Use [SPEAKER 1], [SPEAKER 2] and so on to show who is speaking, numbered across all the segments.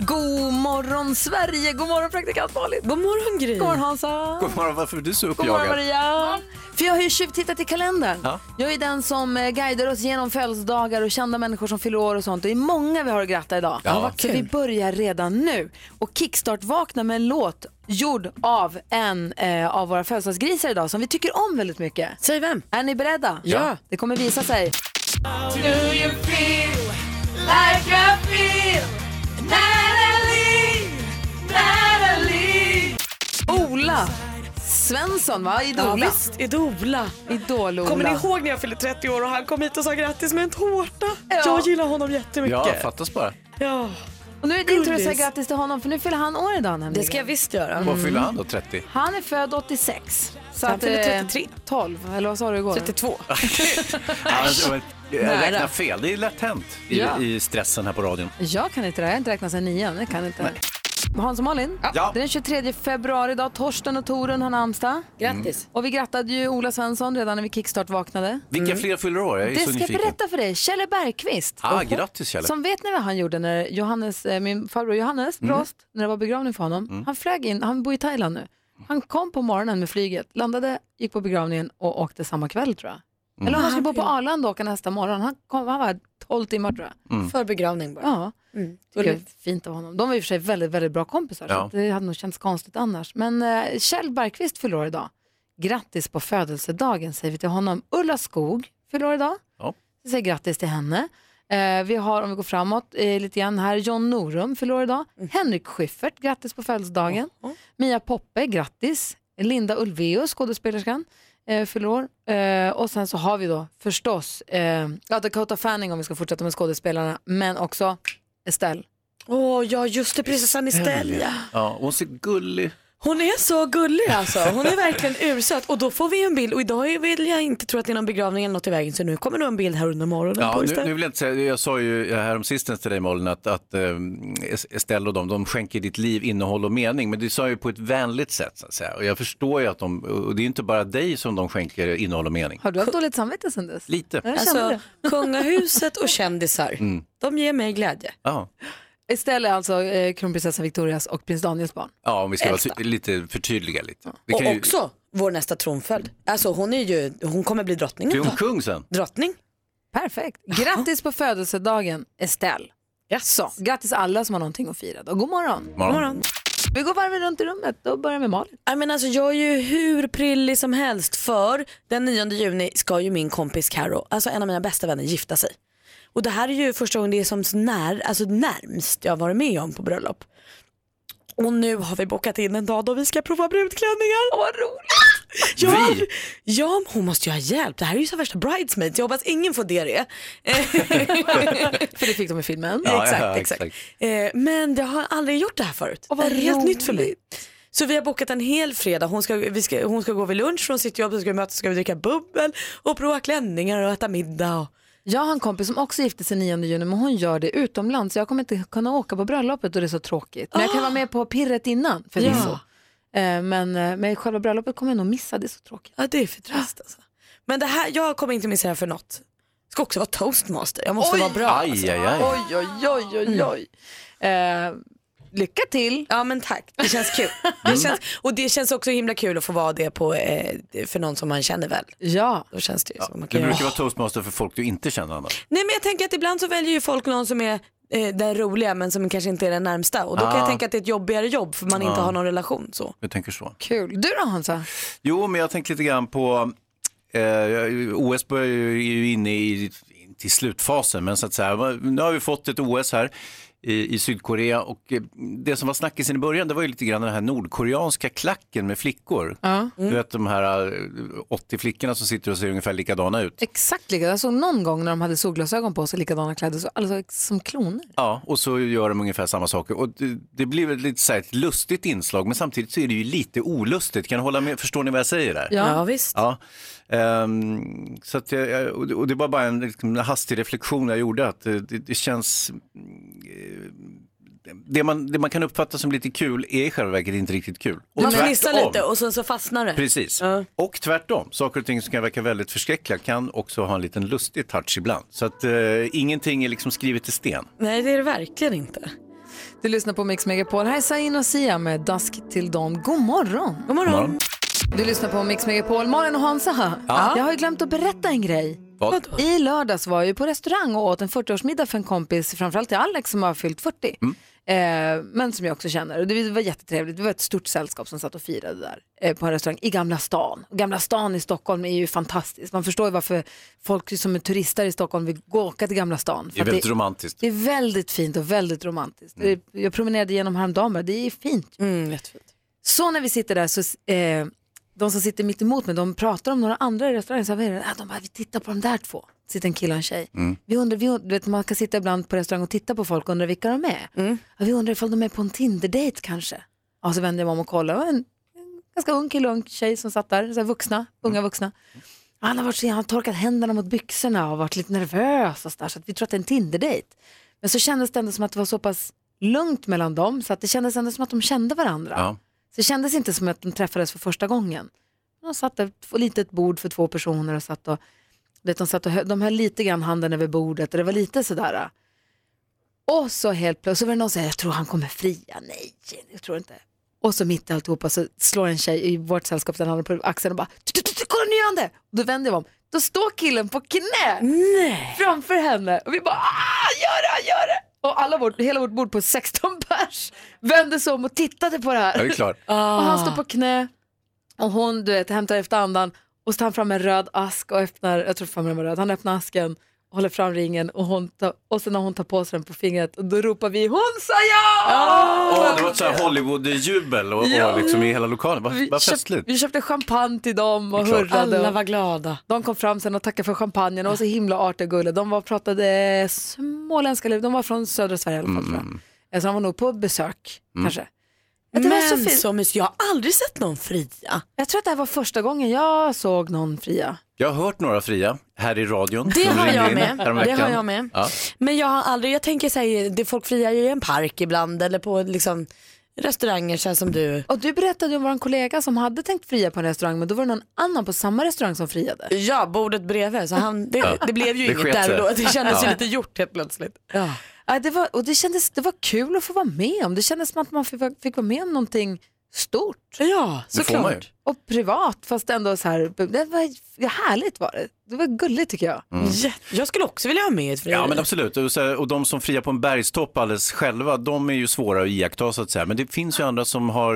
[SPEAKER 1] God morgon Sverige, god morgon praktikant Malin. God morgon Gry. God morgon Hansa.
[SPEAKER 2] God morgon, varför är du så
[SPEAKER 1] God morgon
[SPEAKER 2] uppjagad?
[SPEAKER 1] Maria. För jag har ju tjuvtittat i kalendern. Jag är ju den som eh, guidar oss genom födelsedagar och kända människor som fyller år och sånt. Och det är många vi har att gratta idag.
[SPEAKER 2] Ja, vad
[SPEAKER 1] Så vi börjar redan nu. Och kickstart-vakna med en låt gjord av en eh, av våra födelsedagsgrisar idag som vi tycker om väldigt mycket.
[SPEAKER 3] Säg vem?
[SPEAKER 1] Är ni beredda?
[SPEAKER 2] Ja.
[SPEAKER 1] Det kommer visa sig. Ola Svensson, va?
[SPEAKER 3] Ja,
[SPEAKER 1] Idol-Ola.
[SPEAKER 3] visst, Idola.
[SPEAKER 1] Idol-Ola.
[SPEAKER 3] Kommer ni ihåg när jag fyllde 30 år och han kom hit och sa grattis med en tårta?
[SPEAKER 1] Ja.
[SPEAKER 3] Jag gillar honom jättemycket.
[SPEAKER 2] Ja, fattas bara.
[SPEAKER 3] Ja.
[SPEAKER 1] Och nu är det din tur att
[SPEAKER 3] Gullis.
[SPEAKER 1] säga grattis till honom för nu fyller han år idag nämligen.
[SPEAKER 4] Det ska jag visst göra.
[SPEAKER 2] Vad fyller han då, 30?
[SPEAKER 1] Han är född 86. Så
[SPEAKER 3] han
[SPEAKER 1] att,
[SPEAKER 3] fyller
[SPEAKER 1] eh,
[SPEAKER 3] 33.
[SPEAKER 1] 12, eller vad sa du igår?
[SPEAKER 4] 32.
[SPEAKER 2] Han, jag
[SPEAKER 5] eh,
[SPEAKER 4] Nära.
[SPEAKER 2] räknar fel, det är lätt hänt i,
[SPEAKER 1] Ja.
[SPEAKER 2] i stressen här på radion.
[SPEAKER 1] Jag kan inte det här. jag har inte räknat sedan nian. Jag kan inte. Hans och Malin,
[SPEAKER 2] Ja.
[SPEAKER 1] det är den 23 februari idag. Torsten och Torun har namnsdag.
[SPEAKER 4] Grattis.
[SPEAKER 1] Och vi grattade ju Ola Svensson redan när vi kickstart vaknade.
[SPEAKER 2] Vilka
[SPEAKER 3] Mm.
[SPEAKER 2] fler fyller år? Jag är
[SPEAKER 1] Det
[SPEAKER 2] så
[SPEAKER 1] ska jag
[SPEAKER 2] nyfiken.
[SPEAKER 1] berätta för dig. Kjelle Bergqvist.
[SPEAKER 2] Ah, grattis Kjelle. Mm.
[SPEAKER 1] Som vet ni vad han gjorde när Johannes, eh, min farbror Johannes Brost, när det var begravning för honom. Han flög in, han bor i Thailand nu. Han kom på morgonen med flyget, landade, gick på begravningen och åkte samma kväll tror jag. Eller
[SPEAKER 2] Mm.
[SPEAKER 1] om han skulle bo på Arlanda och åka nästa morgon. Han, kom, han var 12 timmar tror jag.
[SPEAKER 4] För begravning bara.
[SPEAKER 1] Ja,
[SPEAKER 4] Mm.
[SPEAKER 1] tycker jag är fint av honom. De var i och för sig väldigt, väldigt bra kompisar så
[SPEAKER 2] Ja.
[SPEAKER 1] att det hade nog känts konstigt annars. Men eh, Kjell Bergqvist fyller år idag. Grattis på födelsedagen säger vi till honom. Ulla Skog fyller år idag.
[SPEAKER 2] Ja.
[SPEAKER 1] Vi säger grattis till henne. Eh, vi har, om vi går framåt eh, lite grann här, John Norum fyller år idag.
[SPEAKER 4] Mm.
[SPEAKER 1] Henrik Schyffert, grattis på födelsedagen. Mia Poppe, grattis. Linda Ulvaeus, skådespelerskan, eh, fyller år. Eh, och sen så har vi då förstås eh, ja, Dakota Fanning om vi ska fortsätta med skådespelarna, men också Estelle.
[SPEAKER 3] Åh, ja just det, prinsessan Estella.
[SPEAKER 2] Ja, hon ser gullig.
[SPEAKER 3] Hon är så gullig alltså. Hon är verkligen ursöt. Och då får vi en bild. Och idag är- vill jag inte tro att det är någon begravning eller något i vägen. Så nu kommer nog en bild här under morgonen
[SPEAKER 2] Ja,
[SPEAKER 3] på
[SPEAKER 2] nu, nu
[SPEAKER 3] Estelle.
[SPEAKER 2] vill jag, inte säga, jag sa ju häromsistens till dig Malin att, att ehm, Estelle och de, de skänker ditt liv innehåll och mening, men du sa ju på ett vänligt sätt så att säga. Och jag förstår ju att de, och det är ju inte bara dig som de skänker innehåll och mening.
[SPEAKER 1] Har du haft dåligt samvete sen dess?
[SPEAKER 2] Lite.
[SPEAKER 1] Jag kände
[SPEAKER 3] Alltså,
[SPEAKER 1] det.
[SPEAKER 3] kungahuset och kändisar.
[SPEAKER 2] Mm.
[SPEAKER 3] De ger mig glädje.
[SPEAKER 2] Ja.
[SPEAKER 1] Estelle är alltså eh, kronprinsessan Victorias och prins Daniels barn.
[SPEAKER 2] ja, om vi ska vara
[SPEAKER 3] Äldsta.
[SPEAKER 2] ty- lite förtydliga lite. Vi
[SPEAKER 3] Och
[SPEAKER 2] kan ju-
[SPEAKER 3] också vår nästa tronföljd. Alltså hon är ju, hon kommer bli drottning.
[SPEAKER 2] Blir
[SPEAKER 3] ett
[SPEAKER 2] hon
[SPEAKER 3] tag.
[SPEAKER 2] kung sen?
[SPEAKER 3] Drottning.
[SPEAKER 1] Perfekt. Grattis på födelsedagen Estelle. Så, grattis alla som har någonting att fira. Då. God morgon.
[SPEAKER 2] Morgon.
[SPEAKER 3] Morgon.
[SPEAKER 1] Vi går varvet runt i rummet och börjar med Malin.
[SPEAKER 3] I mean, alltså, jag är ju hur prillig som helst för den 9 juni ska ju min kompis Karo, alltså en av mina bästa vänner, gifta sig. Och det här är ju första gången det är som så när, alltså närmst jag har varit med om på bröllop. Och nu har vi bokat in en dag då vi ska prova brudklänningar. Åh, vad roligt!
[SPEAKER 2] Vi?
[SPEAKER 3] Jag, ja, men hon måste ju ha hjälp. Det här är ju så värsta bridesmaids. Jag hoppas ingen får det.
[SPEAKER 1] För det fick de i filmen.
[SPEAKER 2] Ja,
[SPEAKER 3] exakt,
[SPEAKER 2] ja,
[SPEAKER 3] exakt.
[SPEAKER 2] exakt.
[SPEAKER 3] Eh, men jag har aldrig gjort det här förut.
[SPEAKER 1] Åh, vad
[SPEAKER 3] det är helt
[SPEAKER 1] roligt.
[SPEAKER 3] nytt för mig. Så vi har bokat en hel fredag. Hon ska, vi ska, hon ska gå vid lunch från sitt jobb, så ska vi mötas, så ska vi dricka bubbel och prova klänningar och äta middag. Och...
[SPEAKER 1] Jag har en kompis som också gifte sig 9 juni men hon gör det utomlands. Jag kommer inte kunna åka på bröllopet och det är så tråkigt. Men jag kan vara med på pirret innan
[SPEAKER 3] Mm.
[SPEAKER 1] förvisso. Eh, Men, eh, men själva bröllopet kommer jag nog missa, det är så tråkigt.
[SPEAKER 3] Ja, det är för trist alltså. Men det här, jag kommer inte missa det här för något. Ska också vara toastmaster. Jag måste vara bra.
[SPEAKER 2] Aj, aj, aj.
[SPEAKER 1] Oj, oj, oj, oj, oj. Eh, lycka till.
[SPEAKER 3] Ja men tack, det känns kul. Det
[SPEAKER 1] Mm.
[SPEAKER 3] känns, och det känns också himla kul att få vara det på, eh, för någon som man känner väl.
[SPEAKER 1] Ja,
[SPEAKER 3] Då känns det ju som man
[SPEAKER 2] Du
[SPEAKER 3] kan göra.
[SPEAKER 2] brukar vara toastmaster för folk du inte känner annars.
[SPEAKER 3] Nej men jag tänker att ibland så väljer ju folk någon som är eh, den roliga men som kanske inte är den närmsta och då kan
[SPEAKER 2] Ah.
[SPEAKER 3] jag tänka att det är ett jobbigare jobb för man inte har någon relation så.
[SPEAKER 2] Jag tänker så.
[SPEAKER 1] kul. Du då Hansa?
[SPEAKER 2] Jo, men jag tänkte lite grann på, eh, OS börjar ju- är ju inne i till slutfasen, men så att säga, nu har vi fått ett OS här. i, i Sydkorea. Och eh, det som var snackisen i början det var ju lite grann den här nordkoreanska klacken med flickor.
[SPEAKER 1] Ja. Mm.
[SPEAKER 2] Du vet de här eh, 80 flickorna som sitter och ser ungefär likadana ut.
[SPEAKER 1] Exakt likadant. Jag såg någon gång när de hade solglasögon på sig, likadana kläder, så, alltså som kloner.
[SPEAKER 2] Ja, och så gör de ungefär samma saker. Och det, det blir väl lite så här ett lustigt inslag, men samtidigt så är det ju lite olustigt. Kan du hålla med? Förstår ni vad jag säger där?
[SPEAKER 1] Ja.
[SPEAKER 3] Ja, visst.
[SPEAKER 2] Ja, ehm, så att jag, jag- och det- och det var bara en liksom, en hastig reflektion jag gjorde att eh, det, det känns... eh, Det man, det man kan uppfatta som lite kul är i själva verket inte riktigt kul. Och
[SPEAKER 3] Man
[SPEAKER 2] tvärtom.
[SPEAKER 3] fnissar lite och sen så fastnar det.
[SPEAKER 2] Precis. Och tvärtom, saker och ting som kan verka väldigt förskräckliga kan också ha en liten lustig touch ibland. Så att eh, ingenting är liksom skrivet i sten.
[SPEAKER 3] Nej, det är det verkligen inte.
[SPEAKER 1] Du lyssnar på Mix Megapol. Här är Sain och Sia med Dusk till Dawn. God morgon!
[SPEAKER 3] God morgon.
[SPEAKER 2] Morgon.
[SPEAKER 1] Du lyssnar på Mix Megapol. Malin och Hansa här. Jag har ju glömt att berätta en grej.
[SPEAKER 2] Vad?
[SPEAKER 1] I lördags var jag ju på restaurang och åt en 40-årsmiddag för en kompis, framförallt till Alex som har fyllt 40.
[SPEAKER 2] Mm.
[SPEAKER 1] Eh, men som jag också känner. Och det var jättetrevligt. Det var ett stort sällskap som satt och firade där eh, på en restaurang i Gamla stan. Och Gamla stan i Stockholm är ju fantastiskt. Man förstår ju varför folk som är turister i Stockholm vill gå och åka till Gamla stan.
[SPEAKER 2] Det är
[SPEAKER 1] För att
[SPEAKER 2] väldigt romantiskt. Mm.
[SPEAKER 1] det är väldigt fint och väldigt romantiskt. Det- Jag promenerade genom häromdagen, bara, det är fint.
[SPEAKER 4] Mm, jättefint.
[SPEAKER 1] Så när vi sitter där så, eh, de som sitter mitt emot mig, de pratar om några andra i restaurangen. Så här, vad är det? Ah, de bara, vi tittar på de där två. Sitter en kille och en tjej. Vi undrar, vi, und- du vet, man kan sitta ibland på restaurang och titta på folk och undra vilka de är. Ja, vi undrar ifall de är på en Tinder-date kanske. Ja, så vänder jag mig om och kollar. Det var En, en ganska ung kille och en tjej som satt där, så här vuxna, unga vuxna. Han har, varit, så- han har torkat händerna mot byxorna och varit lite nervös och så, där, så att vi tror att det är en Tinder-dejt. Men så kändes det ändå som att det var så pass lugnt mellan dem så att det kändes ändå som att de kände varandra.
[SPEAKER 2] Ja.
[SPEAKER 1] Så det kändes inte som att de träffades för första gången. De satt där på ett litet bord för två personer och satt och, du vet, de, satt och hö- de höll lite grann handen över bordet och det var lite sådär. Och så helt plötsligt så var det någon som sa, jag tror han kommer fria, nej, jag tror inte. Och så mitt i alltihopa så slår en tjej i vårt sällskap den andra på axeln och bara, "Tu, tu, tu, kolla nu gör han det! Och då vänder jag mig om, då står killen på knä framför henne och vi bara, "Ah, gör det, gör det! Och alla vårt, hela vårt bord på 16 pers vände sig om och tittade på det här.
[SPEAKER 2] Ja, det är klart.
[SPEAKER 1] Och
[SPEAKER 3] Ah.
[SPEAKER 1] han står på knä och hon du vet, hämtar efter andan och så tar han fram en röd ask och öppnar, jag tror fan den var röd, han öppnar asken och håller fram ringen och, hon tar, och sen när hon tar på sig den på fingret och då ropar vi hon sa ja!
[SPEAKER 3] Ah.
[SPEAKER 2] Åh, det var ett så här Hollywood-jubel och,
[SPEAKER 1] Ja.
[SPEAKER 2] och liksom i hela lokalen. Vad
[SPEAKER 1] Vi,
[SPEAKER 2] vad
[SPEAKER 1] köpt,
[SPEAKER 2] festligt.
[SPEAKER 1] vi köpte champagne till dem och
[SPEAKER 2] Det är klart.
[SPEAKER 1] hurrade.
[SPEAKER 3] Alla
[SPEAKER 1] Och
[SPEAKER 3] var glada.
[SPEAKER 1] de kom fram sen och tackade för champagnen och var så himla artiga och gulliga. De var, pratade småländska, eller de var från södra Sverige i alla fall
[SPEAKER 2] Mm.
[SPEAKER 1] tror jag. Eh, Så de var nog på besök kanske. Jag, det var så
[SPEAKER 3] Men
[SPEAKER 1] fint.
[SPEAKER 3] så mysigt. Jag har aldrig sett någon fria.
[SPEAKER 1] jag tror att det här var första gången jag såg någon fria.
[SPEAKER 2] Jag har hört några fria här i radion.
[SPEAKER 3] Det
[SPEAKER 2] De
[SPEAKER 3] har
[SPEAKER 2] ringde
[SPEAKER 3] jag
[SPEAKER 2] in
[SPEAKER 3] med. Det
[SPEAKER 2] häromveckan.
[SPEAKER 3] har jag med.
[SPEAKER 2] Ja.
[SPEAKER 3] Men jag har aldrig, jag tänker säga, det folk friar ju i en park ibland eller på liksom restauranger känns som du.
[SPEAKER 1] Och du berättade ju om vår kollega som hade tänkt fria på en restaurang men då var det någon annan på samma restaurang som friade.
[SPEAKER 3] Ja, bordet bredvid. Så han, det, det blev ju
[SPEAKER 2] Det
[SPEAKER 3] inget
[SPEAKER 2] sket
[SPEAKER 3] där och då.
[SPEAKER 2] sig.
[SPEAKER 3] Det kändes ju
[SPEAKER 2] Ja.
[SPEAKER 3] lite gjort helt plötsligt.
[SPEAKER 1] Ja. det, var, och det, kändes, det var kul att få vara med om. Det kändes som att man fick, vara- fick vara med om någonting stort
[SPEAKER 3] Ja,
[SPEAKER 2] Det får man ju.
[SPEAKER 3] såklart.
[SPEAKER 1] och privat fast ändå så här, det var härligt var det. Det var gulligt tycker jag.
[SPEAKER 3] Jätte- Jag skulle också vilja ha med ett frieri.
[SPEAKER 2] Mm. Ja men absolut, och, så här, och de som friar på en bergstopp alldeles själva, de är ju svåra att iaktta så att säga. Men det finns ju andra som, har,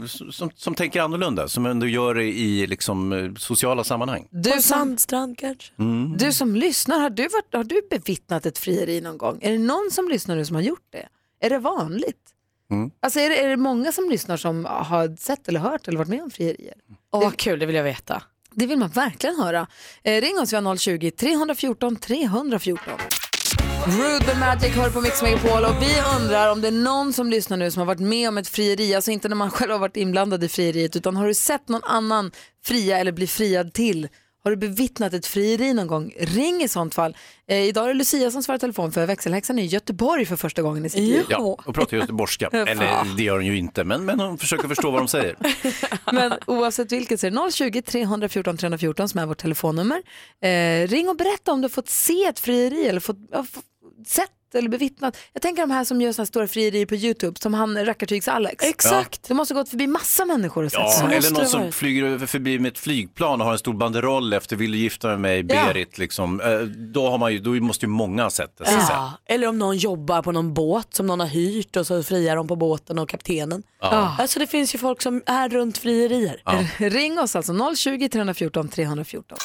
[SPEAKER 2] eh, som, som tänker annorlunda, som ändå gör det i liksom, eh, sociala sammanhang.
[SPEAKER 1] Du som,
[SPEAKER 3] Sandstrand kanske.
[SPEAKER 2] Mm.
[SPEAKER 1] du som lyssnar, har du, varit, har du bevittnat ett frieri någon gång? Är det någon som lyssnar nu som har gjort det? Är det vanligt? Alltså är det, är det många som lyssnar som har sett eller hört eller varit med om frierier?
[SPEAKER 3] Åh vad kul, det vill jag veta.
[SPEAKER 1] Det vill man verkligen höra. Eh, ring oss, vi har 020 314 314. Rude the Magic hör på Mix Megapol och vi undrar om det är någon som lyssnar nu som har varit med om ett frieri, alltså inte när man själv har varit inblandad i frieriet utan har du sett någon annan fria eller bli friad till? Har du bevittnat ett frieri någon gång? Ring i sånt fall. Eh, idag är det Lucia som svarar telefon för växelhäxan är i Göteborg för första gången i sitt liv.
[SPEAKER 2] Ja, och pratar göteborgska. Eller det gör hon ju inte, men, men hon försöker förstå vad de säger.
[SPEAKER 1] Men oavsett vilket så är det 020 314 314 som är vårt telefonnummer. Eh, ring och berätta om du har fått se ett frieri eller fått, ja, fått sett eller bevittnat. Jag tänker de här som gör sådana stora frierier på YouTube som han Rackartygs-Alex.
[SPEAKER 3] Exakt.
[SPEAKER 1] Det måste ha gått förbi massa människor och sett
[SPEAKER 2] Ja,
[SPEAKER 1] sådana.
[SPEAKER 2] eller
[SPEAKER 3] måste
[SPEAKER 2] någon
[SPEAKER 3] det
[SPEAKER 2] som
[SPEAKER 3] vara.
[SPEAKER 2] flyger över- förbi med ett flygplan och har en stor banderoll efter vill du gifta dig med mig,
[SPEAKER 1] Ja.
[SPEAKER 2] Berit. Liksom. Eh, Då, har man ju, då måste ju många ha sett det. Så att säga.
[SPEAKER 3] Ja. Eller om någon jobbar på någon båt som någon har hyrt och så friar de på båten och kaptenen.
[SPEAKER 2] Ja.
[SPEAKER 3] Alltså det finns ju folk som är runt frierier.
[SPEAKER 1] Ring oss alltså 020 314 314.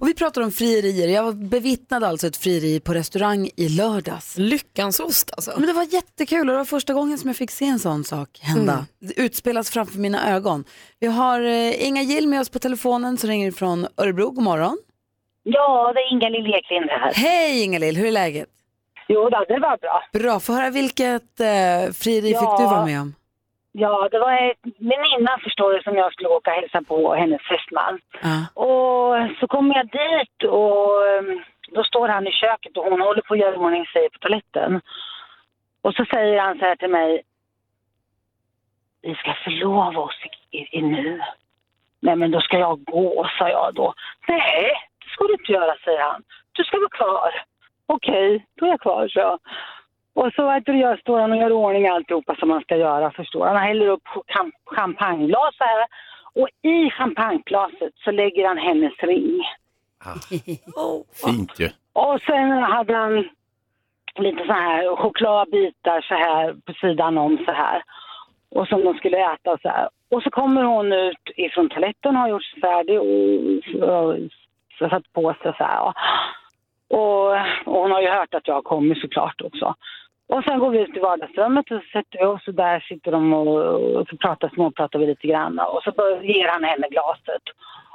[SPEAKER 1] Och vi pratar om frierier. Jag bevittnade alltså ett frieri på restaurang i lördags.
[SPEAKER 4] Lyckans ost alltså.
[SPEAKER 1] Men det var jättekul och det var första gången som jag fick se en sån sak hända. Det utspelas framför mina ögon. Vi har eh, Inga Gill med oss på telefonen som ringer från Örebro. God morgon.
[SPEAKER 6] Ja, det är Inga Lill-Eklind här.
[SPEAKER 1] Hej Inga-Lill, hur är läget?
[SPEAKER 6] Jo, då, det var bra.
[SPEAKER 1] Bra, få höra vilket eh, frieri
[SPEAKER 6] Ja.
[SPEAKER 1] fick du vara med om?
[SPEAKER 6] Ja, det var en väninna förstår du som jag skulle åka och hälsa på och hennes fästman.
[SPEAKER 1] Ja.
[SPEAKER 6] Och så kommer jag dit och ehm, då står han i köket och hon håller på att göra i ordning sig på toaletten. Och så säger han så här till mig. Vi ska förlova oss i, i, i nu. Nej men då ska jag gå, sa jag då. Nej, det ska du inte göra, säger han. Du ska vara kvar. Okej, då är jag kvar, så jag. Och så vet du, jag står han och gör i ordning alltihopa som man ska göra, förstår han. Han häller upp cham- champagneglas så här. Och i champagneglaset så lägger han hennes ring.
[SPEAKER 2] Fint ju.
[SPEAKER 6] Och sen hade han lite så här chokladbitar så här på sidan om så här. Och som de skulle äta och så här. Och så kommer hon ut ifrån toaletten har gjort sig färdig och, och, och satt på sig så här. Och, och hon har ju hört att jag har kommit såklart också. Och sen går vi ut i vardagsrummet och så sätter vi oss och där sitter de och, och så pratar, småpratar vi lite grann. Och så bör, ger han henne glaset.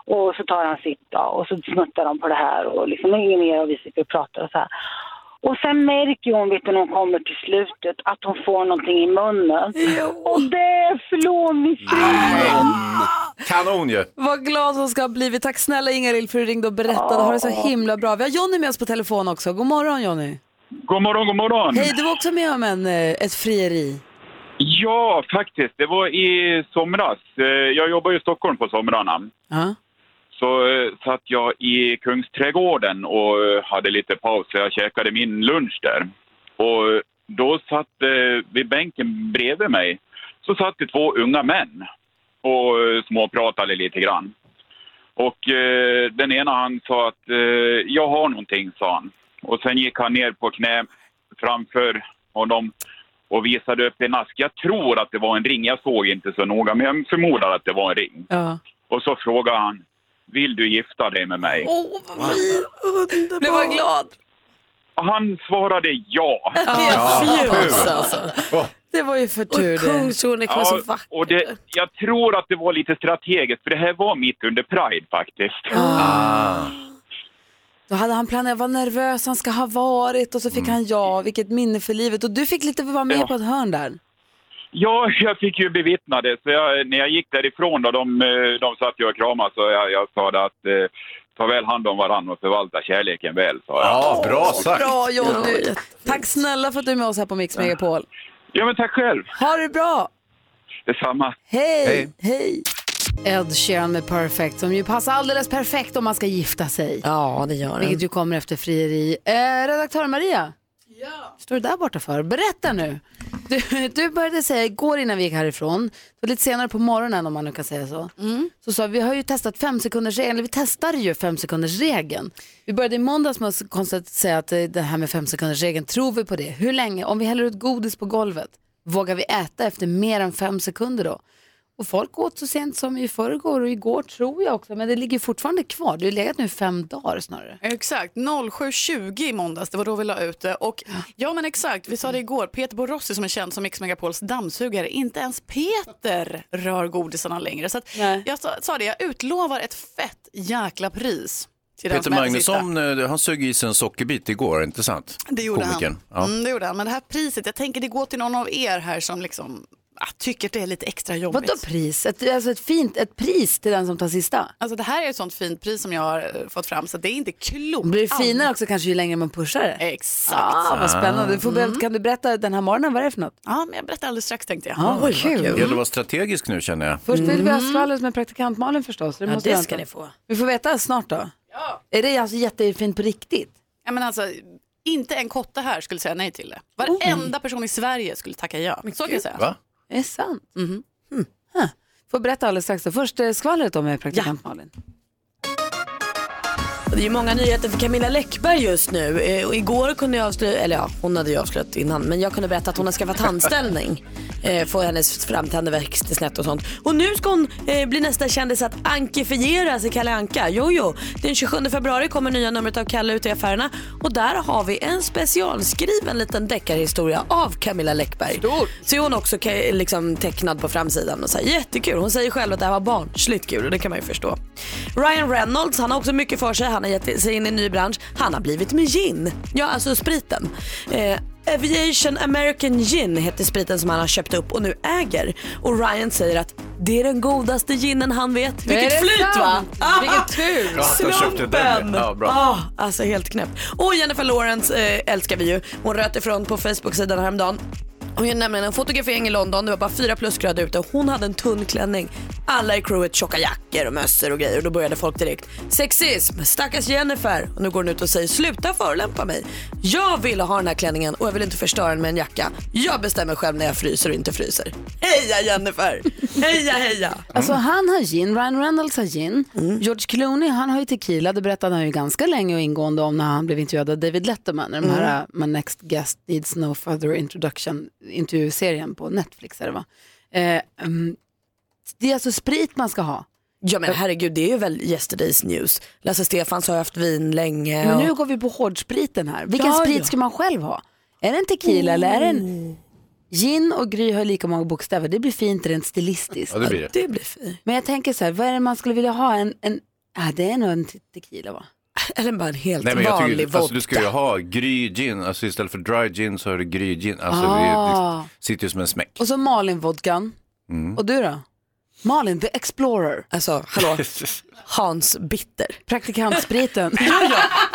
[SPEAKER 6] Och så tar han sitt då, och så smuttar de på det här och liksom inget mer och vi sitter och pratar och så här. Och sen märker hon, vet du, när hon kommer till slutet att hon får någonting i munnen. Och det är förlovningsringen!
[SPEAKER 2] Kanon ju.
[SPEAKER 1] Vad glad hon ska ha blivit. Tack snälla Ingalill för att du ringde och berättade. Har det så himla bra. Vi har Jonny med oss på telefon också. God morgon Jonny.
[SPEAKER 7] God morgon, god morgon.
[SPEAKER 1] Hej, du var också med om en, eh, ett frieri.
[SPEAKER 7] Ja, faktiskt. Det var i somras. Eh, Jag jobbar ju i Stockholm på somrarna.
[SPEAKER 1] Ja.
[SPEAKER 7] Så eh, satt jag i Kungsträdgården och eh, hade lite paus, så jag käkade min lunch där. Och eh, då satt eh, vid bänken bredvid mig, så satt det två unga män och eh, småpratade lite grann. Och eh, den ena han sa att eh, jag har någonting, sa han. Och sen gick han ner på knä framför honom och visade upp en ask. Jag tror att det var en ring, jag såg inte så noga, men jag förmodar att det var en ring.
[SPEAKER 1] Ja.
[SPEAKER 7] Och så frågade han, vill du gifta dig med mig?
[SPEAKER 8] Oh.
[SPEAKER 1] Blev vad glad.
[SPEAKER 7] Och han svarade ja.
[SPEAKER 4] Fjus alltså.
[SPEAKER 1] Det var ju för
[SPEAKER 4] Och
[SPEAKER 1] tur det.
[SPEAKER 4] Kungshornet var
[SPEAKER 7] ja
[SPEAKER 4] så vackert.
[SPEAKER 7] och det, jag tror att det var lite strategiskt, för det här var mitt under Pride faktiskt.
[SPEAKER 2] Ah,
[SPEAKER 1] Då hade han planerat vad nervös han ska ha varit och så fick han ja, vilket minne för livet. Och du fick lite vara med
[SPEAKER 7] Ja.
[SPEAKER 1] på ett hörn där.
[SPEAKER 7] Ja, jag fick ju bevittna det. Så jag, när jag gick därifrån, då, de, eh, de satt ju och kramade, så jag, jag sa det att eh, ta väl hand om varandra och förvalta kärleken väl, sa jag.
[SPEAKER 2] Ja, bra sagt.
[SPEAKER 1] Bra Jonny. Tack snälla för att du är med oss här på Mix Megapol.
[SPEAKER 7] Ja, men tack själv.
[SPEAKER 1] Ha det bra.
[SPEAKER 7] Detsamma.
[SPEAKER 1] Hej. Hej.
[SPEAKER 2] Hej.
[SPEAKER 1] Ed Sheeran med Perfect som ju passar alldeles perfekt om man ska gifta sig.
[SPEAKER 4] Ja, det gör den.
[SPEAKER 1] Vilket ju kommer efter frieri. Eh, redaktör Maria. Står du där borta för? Berätta nu. Du, du började säga igår innan vi gick härifrån, det var lite senare på morgonen om man nu kan säga så. Så sa vi, vi har ju testat fem sekunders regeln, eller vi testade ju fem sekunders regeln. Vi började i måndags med att konstigt säga att eh, det här med fem sekunders regeln, tror vi på det? Hur länge? Om vi häller ut godis på golvet, vågar vi äta efter mer än fem sekunder då? Och folk åt så sent som i förrgår och igår tror jag också, men det ligger fortfarande kvar. Det har ju legat nu i fem dagar snarare.
[SPEAKER 8] Exakt, 07.20 i måndags, det var då vi la ut det. Och, ja men exakt, vi sa det igår, Peter Borossi som är känd som Mix Megapols dammsugare, inte ens Peter rör godisarna längre. Så att,
[SPEAKER 1] Nej.
[SPEAKER 8] jag sa, sa det, jag utlovar ett fett jäkla pris. Till den
[SPEAKER 2] Peter
[SPEAKER 8] som äter sista.
[SPEAKER 2] Magnusson, eh, han sög i sig en sockerbit igår, inte sant?
[SPEAKER 8] Det gjorde
[SPEAKER 2] Komikern.
[SPEAKER 8] han.
[SPEAKER 2] Ja.
[SPEAKER 8] Mm, det gjorde han. Men det här priset, jag tänker det går till någon av er här som liksom, ah, tycker att det är lite extra jobbigt.
[SPEAKER 1] Vadå pris? Ett, alltså ett fint ett pris till den som tar sista?
[SPEAKER 8] Alltså det här är ett sånt fint pris som jag har eh, fått fram så det är inte klokt.
[SPEAKER 1] Det blir
[SPEAKER 8] alls.
[SPEAKER 1] finare också kanske ju längre man pushar det.
[SPEAKER 8] Exakt. Mm.
[SPEAKER 1] Ah, vad spännande. Du får, ber- Kan du berätta den här morgonen, vad är det för något?
[SPEAKER 8] Ja, men jag berättar alldeles strax tänkte jag. Mm.
[SPEAKER 1] Ah, vad kul.
[SPEAKER 2] Det gäller att vara strategisk nu känner jag.
[SPEAKER 1] Först vill vi ha skvallret med praktikant Malin förstås. Det
[SPEAKER 3] Ja,
[SPEAKER 1] måste
[SPEAKER 3] det
[SPEAKER 1] jag
[SPEAKER 3] ska
[SPEAKER 1] anta.
[SPEAKER 3] ni få.
[SPEAKER 1] Vi får veta snart då. Är det alltså jättefint på riktigt?
[SPEAKER 8] Ja, men alltså, inte en kotte här skulle säga nej till det. Varenda person i Sverige skulle tacka ja. Så kan jag säga. Mhm.
[SPEAKER 2] Va?
[SPEAKER 1] Är det sant? Mm. Huh. Får berätta alldeles strax. Då. Först eh, skvallret då med praktikant Malin.
[SPEAKER 3] Och Det är ju många nyheter för Camilla Läckberg just nu. Eh, Och igår kunde jag avslöja, eller ja, hon hade ju avslöjat innan, men jag kunde berätta att hon har skaffat tandställning. Eh, Få hennes framtänder växte snett och sånt. Och nu ska hon eh, bli nästa kändis att ankifieras i Kalle Anka. Jo, jo. Den 27 februari kommer nya numret av Kalle ut i affärerna och där har vi en specialskriven liten deckarhistoria av Camilla Läckberg. Stort. Så är hon också ka- liksom, tecknad på framsidan och så här, jättekul. Hon säger själv att det här var barnsligt kul och det kan man ju förstå. Ryan Reynolds, han har också mycket för sig. Han har gett sig in i en ny bransch. Han har blivit med gin. Ja, alltså spriten. Eh, Aviation American Gin heter spriten som han har köpt upp och nu äger. Och Ryan säger att det är den godaste ginen han vet.
[SPEAKER 1] Är det
[SPEAKER 3] Vilket flyt va?
[SPEAKER 1] sant? Vilket tur.
[SPEAKER 2] Bra att han köpte den,
[SPEAKER 3] Slumpen!
[SPEAKER 2] ja. Ja, bra.
[SPEAKER 3] Ah, alltså helt knäppt. Och Jennifer Lawrence eh, älskar vi ju. Hon röt ifrån på Facebook-sidan häromdagen. Hon gjorde nämligen en fotografering i London, det var bara fyra plusgrader ute och hon hade en tunn klänning. Alla i crewet tjocka jackor och mössor och grejer och då började folk direkt. Sexism, stackars Jennifer. Och nu går hon ut och säger sluta förolämpa mig. Jag vill ha den här klänningen och jag vill inte förstöra den med en jacka. Jag bestämmer själv när jag fryser och inte fryser. Heja Jennifer! Heja heja!
[SPEAKER 1] Alltså han har gin, Ryan Reynolds har gin,
[SPEAKER 3] Mm.
[SPEAKER 1] George Clooney han har ju tequila, det berättade han ju ganska länge och ingående om när han blev intervjuad av David Letterman i de här äh,
[SPEAKER 3] Mm.
[SPEAKER 1] My Next Guest Needs No Further Introduction intervjuserien på Netflix. Är det, va? Eh, mm, det är alltså sprit man ska ha.
[SPEAKER 3] Ja men herregud det är ju väl yesterday's news. Lasse Stefans har haft vin länge.
[SPEAKER 1] Men
[SPEAKER 3] och-
[SPEAKER 1] nu går vi på hårdspriten här. Vilken
[SPEAKER 3] Ja,
[SPEAKER 1] sprit
[SPEAKER 3] ja. Oh.
[SPEAKER 1] ska man själv ha? Är det en tequila eller är det en gin och Gry har lika många bokstäver. Det blir fint rent stilistiskt.
[SPEAKER 2] Ja, det blir det.
[SPEAKER 3] Det blir fint.
[SPEAKER 1] Men jag tänker så här, vad är det man skulle vilja ha? En, en, ah, det är nog en te- tequila va?
[SPEAKER 3] Eller bara en helt
[SPEAKER 2] Nej, men jag
[SPEAKER 3] vanlig
[SPEAKER 2] tycker,
[SPEAKER 3] vodka.
[SPEAKER 2] alltså, du ska ju ha gry gin, alltså istället för dry gin så har du gry gin. Alltså, det,
[SPEAKER 1] Ah.
[SPEAKER 2] det sitter ju som en smäck.
[SPEAKER 1] Och så Malin-vodkan. Och du då? Malin, the explorer.
[SPEAKER 3] Alltså hallå, Hans Bitter.
[SPEAKER 1] Praktikantspriten.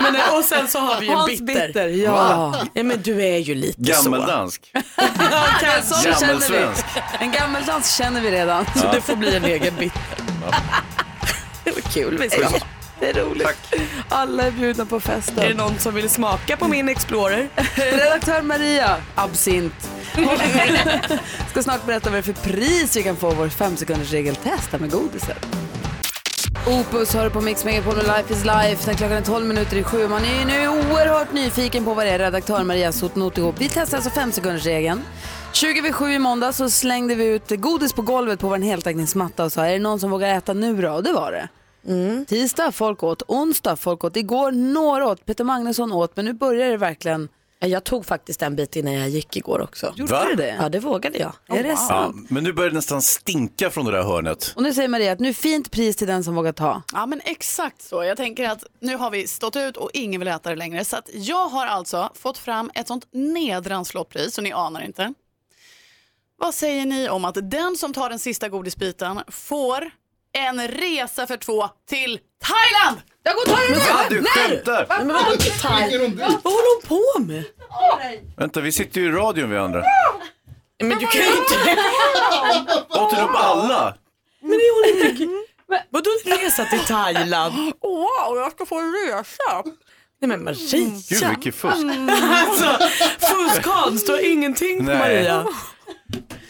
[SPEAKER 3] Men, och sen så har vi
[SPEAKER 1] ju bitter.
[SPEAKER 3] ja. ja. Men du är ju lite så.
[SPEAKER 2] Gammeldansk,
[SPEAKER 1] Sån känner vi.
[SPEAKER 2] gammelsvensk.
[SPEAKER 1] En gammeldans känner vi redan.
[SPEAKER 3] Så du får bli en egen bitter. Det var kul vi ska. Det är roligt.
[SPEAKER 1] Alla är bjudna på
[SPEAKER 3] Är det
[SPEAKER 1] festen.
[SPEAKER 3] någon som vill smaka på min Explorer?
[SPEAKER 1] Redaktör Maria, absint. Ska snart berätta vad det är för pris vi kan få vår femsekunders regeltest här med godiset. Opus hör på Mix Megapol och Life is Life. Den klockan är 12 minuter i sju. Man är ju nu oerhört nyfiken på vad det är redaktör Maria Sotn åt ihop. Vi testar alltså femsekundersregeln. 20 vid 7 i måndag så slängde vi ut godis på golvet på vår heltäckningsmatta och sa är det någon som vågar äta nu då? Och det var det. Mm. Tisdag folk åt, onsdag folk åt, igår några åt, Peter Magnusson åt men nu börjar det verkligen.
[SPEAKER 3] Jag tog faktiskt en bit innan jag gick igår också.
[SPEAKER 1] Gjorde
[SPEAKER 2] Va?
[SPEAKER 1] du det? Oh,
[SPEAKER 3] Ja det vågade jag.
[SPEAKER 1] Är det
[SPEAKER 2] Ja,
[SPEAKER 1] sant?
[SPEAKER 2] men nu börjar det nästan stinka från det där hörnet.
[SPEAKER 1] Och nu säger Maria att nu fint pris till den som vågar ta.
[SPEAKER 8] Ja men exakt så. Jag tänker att nu har vi stått ut och ingen vill äta det längre. Så att jag har alltså fått fram ett sånt nedrans lottpris så ni anar inte. Vad säger ni om att den som tar den sista godisbiten får en resa för två till Thailand?
[SPEAKER 1] Jag går och tar den
[SPEAKER 2] Ah, du skämtar!
[SPEAKER 3] Men vadå Thailand? Vad håller hon på med?
[SPEAKER 2] Vänta, vi sitter ju i radion vi andra.
[SPEAKER 3] Men du kan ju inte...
[SPEAKER 2] Åt upp alla?
[SPEAKER 3] Men är hon inte... Vadå resa till Thailand?
[SPEAKER 8] Wow, jag ska få en resa!
[SPEAKER 3] Nej men
[SPEAKER 1] Mm.
[SPEAKER 3] Maria.
[SPEAKER 2] Gud, vilket fusk.
[SPEAKER 3] Alltså, fuskhans, du har ingenting på
[SPEAKER 2] Nej.
[SPEAKER 3] Maria.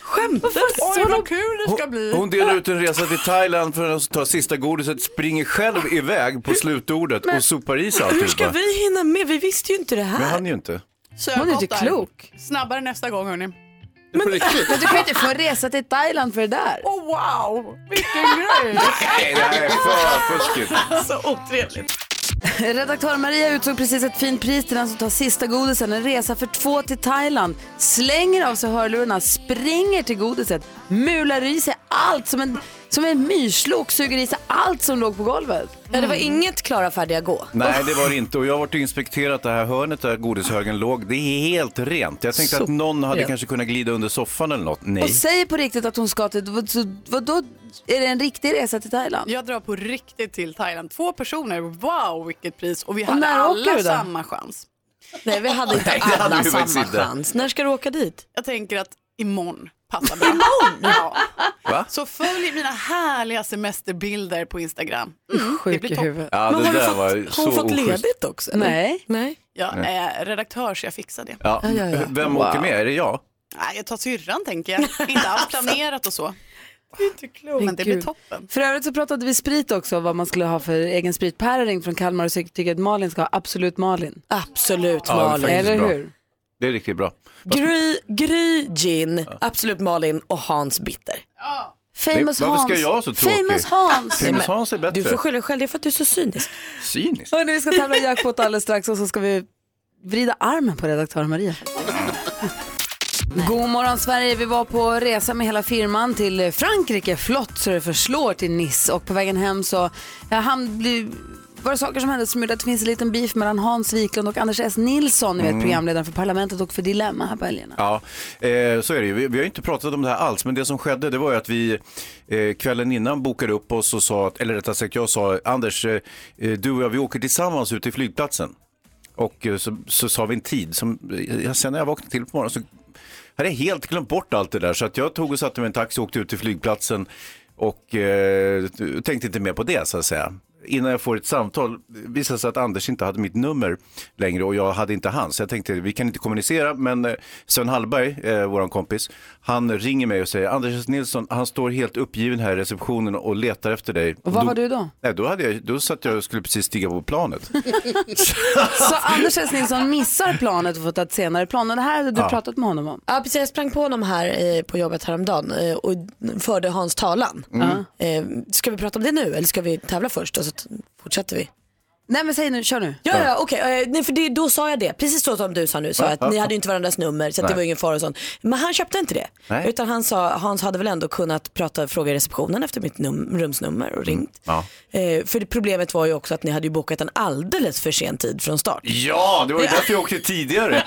[SPEAKER 3] Skämtar du?
[SPEAKER 8] vad kul det ska bli!
[SPEAKER 2] Hon delar ut en resa till Thailand för att ta sista godiset, springer själv iväg på slutordet och sopar i sig
[SPEAKER 3] Hur ska
[SPEAKER 2] alltihopa.
[SPEAKER 3] vi hinna med? Vi visste ju inte det
[SPEAKER 2] Men
[SPEAKER 3] här.
[SPEAKER 2] han ju inte.
[SPEAKER 8] Sök
[SPEAKER 1] Hon är
[SPEAKER 8] något
[SPEAKER 1] inte
[SPEAKER 8] där.
[SPEAKER 1] klok.
[SPEAKER 8] Snabbare nästa gång hörni.
[SPEAKER 2] Det är på riktigt.
[SPEAKER 1] Men du kan ju inte få resa till Thailand för det där.
[SPEAKER 8] Oh, wow, vilken grej!
[SPEAKER 2] Nej, det här är för fuskigt.
[SPEAKER 3] Så otrevligt.
[SPEAKER 1] Redaktör Maria utsåg precis ett fint pris till den som tar sista godisen. En resa för två till Thailand. Slänger av sig hörlurarna, springer till godiset, mular i sig allt som en, som en myrslok, suger i sig allt som låg på golvet.
[SPEAKER 3] Ja, det var inget klara färdiga gå.
[SPEAKER 2] Nej, det var det inte. Och jag har varit och inspekterat det här hörnet där godishögen låg. Det är helt rent. Jag tänkte att någon hade kanske kunnat glida under soffan eller något.
[SPEAKER 1] Och
[SPEAKER 2] Nej.
[SPEAKER 1] säger på riktigt att hon ska till... vad- så- Vadå, är det en riktig resa till Thailand?
[SPEAKER 8] Jag drar på riktigt till Thailand. Två personer, wow vilket pris! Och vi
[SPEAKER 1] Och
[SPEAKER 8] hade
[SPEAKER 1] när åker
[SPEAKER 8] alla
[SPEAKER 1] du då?
[SPEAKER 8] samma chans.
[SPEAKER 3] Nej, vi hade inte
[SPEAKER 2] Nej, det hade
[SPEAKER 3] alla
[SPEAKER 2] vi faktiskt
[SPEAKER 3] samma
[SPEAKER 2] inte.
[SPEAKER 3] chans. När ska du åka dit?
[SPEAKER 8] Jag tänker att imorgon passar bra. imorgon? Ja.
[SPEAKER 2] Va?
[SPEAKER 8] Så följ mina härliga semesterbilder på Instagram.
[SPEAKER 1] Sjuk
[SPEAKER 8] blir
[SPEAKER 1] i
[SPEAKER 8] topp.
[SPEAKER 1] huvudet.
[SPEAKER 2] Ja,
[SPEAKER 3] Men
[SPEAKER 2] det
[SPEAKER 3] har du
[SPEAKER 2] där var ju
[SPEAKER 3] fått, har
[SPEAKER 2] så
[SPEAKER 3] hon fått
[SPEAKER 2] oschysst.
[SPEAKER 3] ledigt också? eller?
[SPEAKER 1] Nej.
[SPEAKER 3] Nej.
[SPEAKER 8] Jag är redaktör så jag fixar det.
[SPEAKER 2] Ja.
[SPEAKER 3] ja, ja.
[SPEAKER 2] Vem åker med? Är det jag?
[SPEAKER 8] Nej, jag tar syrran tänker jag. Inte alls planerat och så. Det är inte klokt. Men det blir
[SPEAKER 1] Gud.
[SPEAKER 8] toppen.
[SPEAKER 1] För övrigt så pratade vi sprit också, vad man skulle ha för egen sprit. Per har ringt från Kalmar och tycker att Malin ska ha Absolut Malin.
[SPEAKER 3] Absolut
[SPEAKER 2] Ja, det är
[SPEAKER 3] Malin.
[SPEAKER 2] faktiskt
[SPEAKER 1] Eller
[SPEAKER 2] bra.
[SPEAKER 1] hur?
[SPEAKER 2] Det är riktigt bra.
[SPEAKER 3] Gry, Gry Gin, Absolut Malin och Hans Bitter.
[SPEAKER 1] Famous
[SPEAKER 2] Det- varför ska
[SPEAKER 1] Hans.
[SPEAKER 2] jag vara så tråkig?
[SPEAKER 1] Famous Hans.
[SPEAKER 2] Famous Hans är bättre.
[SPEAKER 3] Du får skylla dig själv, det är för att du är så cynisk.
[SPEAKER 2] Cyniskt.
[SPEAKER 1] Hörrni, vi ska tävla i jackpot alldeles strax och så ska vi vrida armen på redaktör Maria. God morgon Sverige, vi var på resa med hela firman till Frankrike, flott så det förslår till Nice och på vägen hem så ja, han blev var det saker som hände som gjorde att det finns en liten beef mellan Hans Wiklund och Anders S. Nilsson, ni vet programledaren för Parlamentet och för Dilemma här på helgerna.
[SPEAKER 2] Ja, eh, så är det ju. Vi, vi har ju inte pratat om det här alls, men det som skedde det var ju att vi eh, kvällen innan bokade upp oss och sa, att, eller rättare sagt jag sa, Anders, eh, du och jag vi åker tillsammans ut till flygplatsen. Och eh, så, så sa vi en tid som, eh, sen när jag vaknade till på morgonen så hade jag helt glömt bort allt det där. Så att jag tog och satte mig i en taxi och åkte ut till flygplatsen och eh, tänkte inte mer på det så att säga. Innan jag får ett samtal visade det sig att Anders inte hade mitt nummer längre och jag hade inte hans. Jag tänkte vi kan inte kommunicera men eh, Sven Hallberg, eh, vår kompis, han ringer mig och säger Anders S. Nilsson, han står helt uppgiven här i receptionen och letar efter dig.
[SPEAKER 1] Och vad var du då?
[SPEAKER 2] Nej, då, hade jag, då satt jag och skulle precis stiga på planet.
[SPEAKER 1] Så Anders S. Nilsson missar planet och får ta ett senare plan och det här hade du pratat med honom om.
[SPEAKER 4] Ja, precis, jag sprang på honom här eh, på jobbet häromdagen eh, och förde Hans talan.
[SPEAKER 1] Mm.
[SPEAKER 4] Eh, ska vi prata om det nu eller ska vi tävla först och så t- fortsätter vi?
[SPEAKER 1] Nej men säg nu, kör nu.
[SPEAKER 4] Ja, ja okej. Eh, nej, för det, då sa jag det. Precis så som du sa nu. Sa jag att ni hade ju inte varandras nummer så att det
[SPEAKER 2] Nej.
[SPEAKER 4] var ingen fara och sånt. Men han köpte inte det.
[SPEAKER 2] Nej.
[SPEAKER 4] Utan han sa, Hans hade väl ändå kunnat prata, fråga i receptionen efter mitt num- rumsnummer och ringt.
[SPEAKER 2] Mm. Ja.
[SPEAKER 4] Eh, för det problemet var ju också att ni hade ju bokat en alldeles för sen tid från start.
[SPEAKER 2] Ja, det var ju därför jag åkte tidigare.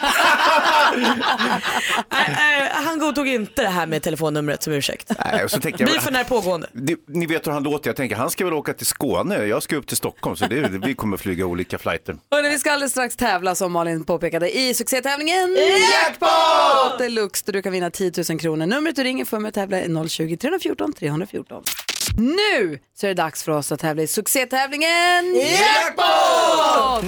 [SPEAKER 4] Eh, eh, han godtog inte det här med telefonnumret som ursäkt.
[SPEAKER 2] Nej, och så tänkte jag,
[SPEAKER 4] Beefen är pågående.
[SPEAKER 2] Det, ni vet hur han låter, jag tänker han ska väl åka till Skåne, jag ska upp till Stockholm så det, vi kommer flyga olika flighter.
[SPEAKER 1] Hörrni, vi ska alldeles strax tävla som Malin påpekade i succétävlingen Jackpot Deluxe där du kan vinna 10 000 kronor. Numret du ringer för mig att tävla är 020-314 314. Nu så är det dags för oss att tävla i succétävlingen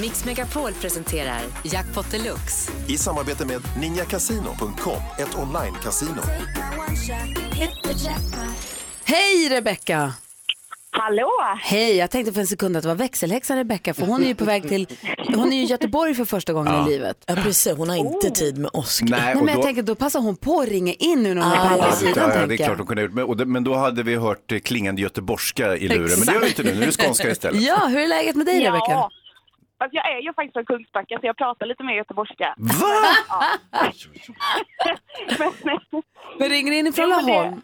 [SPEAKER 9] Mix Megapol presenterar Jackpot Deluxe.
[SPEAKER 5] I samarbete med ninjakasino.com, ett online-casino.
[SPEAKER 1] Hej Rebecka!
[SPEAKER 10] Hallå!
[SPEAKER 1] Hej, jag tänkte för en sekund att det var växelhäxan Rebecka för hon är ju på väg till, hon är ju i Göteborg för första gången
[SPEAKER 4] Ja.
[SPEAKER 1] i livet.
[SPEAKER 4] Ja precis, hon har inte
[SPEAKER 1] Oh.
[SPEAKER 4] tid med oss.
[SPEAKER 1] Nej, men jag tänker då passar hon på att ringa in nu när hon är på andra sidan.
[SPEAKER 2] Ah, ja, ja, det
[SPEAKER 1] tänker
[SPEAKER 2] är
[SPEAKER 1] jag.
[SPEAKER 2] klart de kunde ha gjort, men, och det, men då hade vi hört eh, klingande göteborgska i luren, men det gör vi inte nu, nu är det skånska istället.
[SPEAKER 1] Ja, hur är läget med dig
[SPEAKER 10] ja.
[SPEAKER 1] Rebecka?
[SPEAKER 10] Fast jag är ju faktiskt från Kungsbacka så jag pratar lite mer göteborgska.
[SPEAKER 2] Va?
[SPEAKER 1] Men ringer in ifrån
[SPEAKER 10] Jo, men det-
[SPEAKER 1] Laholm?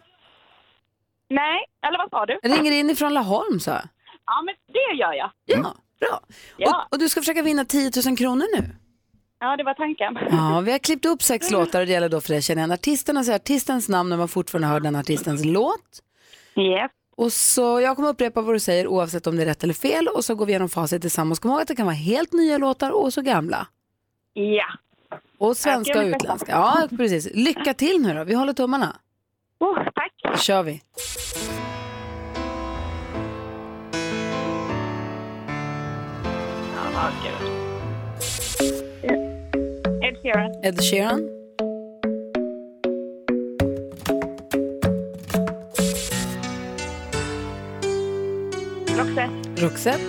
[SPEAKER 10] Nej, eller vad sa du?
[SPEAKER 1] Ringer in ifrån Laholm sa jag.
[SPEAKER 10] Ja, men det gör jag.
[SPEAKER 2] Mm.
[SPEAKER 1] Ja, bra.
[SPEAKER 10] Ja.
[SPEAKER 1] Och, och du ska försöka vinna 10 000 kronor nu.
[SPEAKER 2] Mm.
[SPEAKER 10] Ja, det var tanken.
[SPEAKER 1] Ja, vi har klippt upp sex låtar och det gäller då för dig att känna igen artisten och säga artistens namn när man fortfarande hör den artistens låt.
[SPEAKER 10] Yes.
[SPEAKER 1] Och så jag kommer upprepa vad du säger oavsett om det är rätt eller fel och så går vi igenom facit tillsammans. Kom ihåg att det kan vara helt nya låtar och så gamla.
[SPEAKER 10] Ja.
[SPEAKER 1] Och svenska och
[SPEAKER 10] mitt bästa.
[SPEAKER 1] utländska. Ja, precis. Lycka till nu då. Vi håller tummarna.
[SPEAKER 10] Oh, tack.
[SPEAKER 1] Då kör vi.
[SPEAKER 10] Ja, kul. Ed Sheeran.
[SPEAKER 1] Ed Sheeran.
[SPEAKER 10] Roxette.
[SPEAKER 1] Roxette.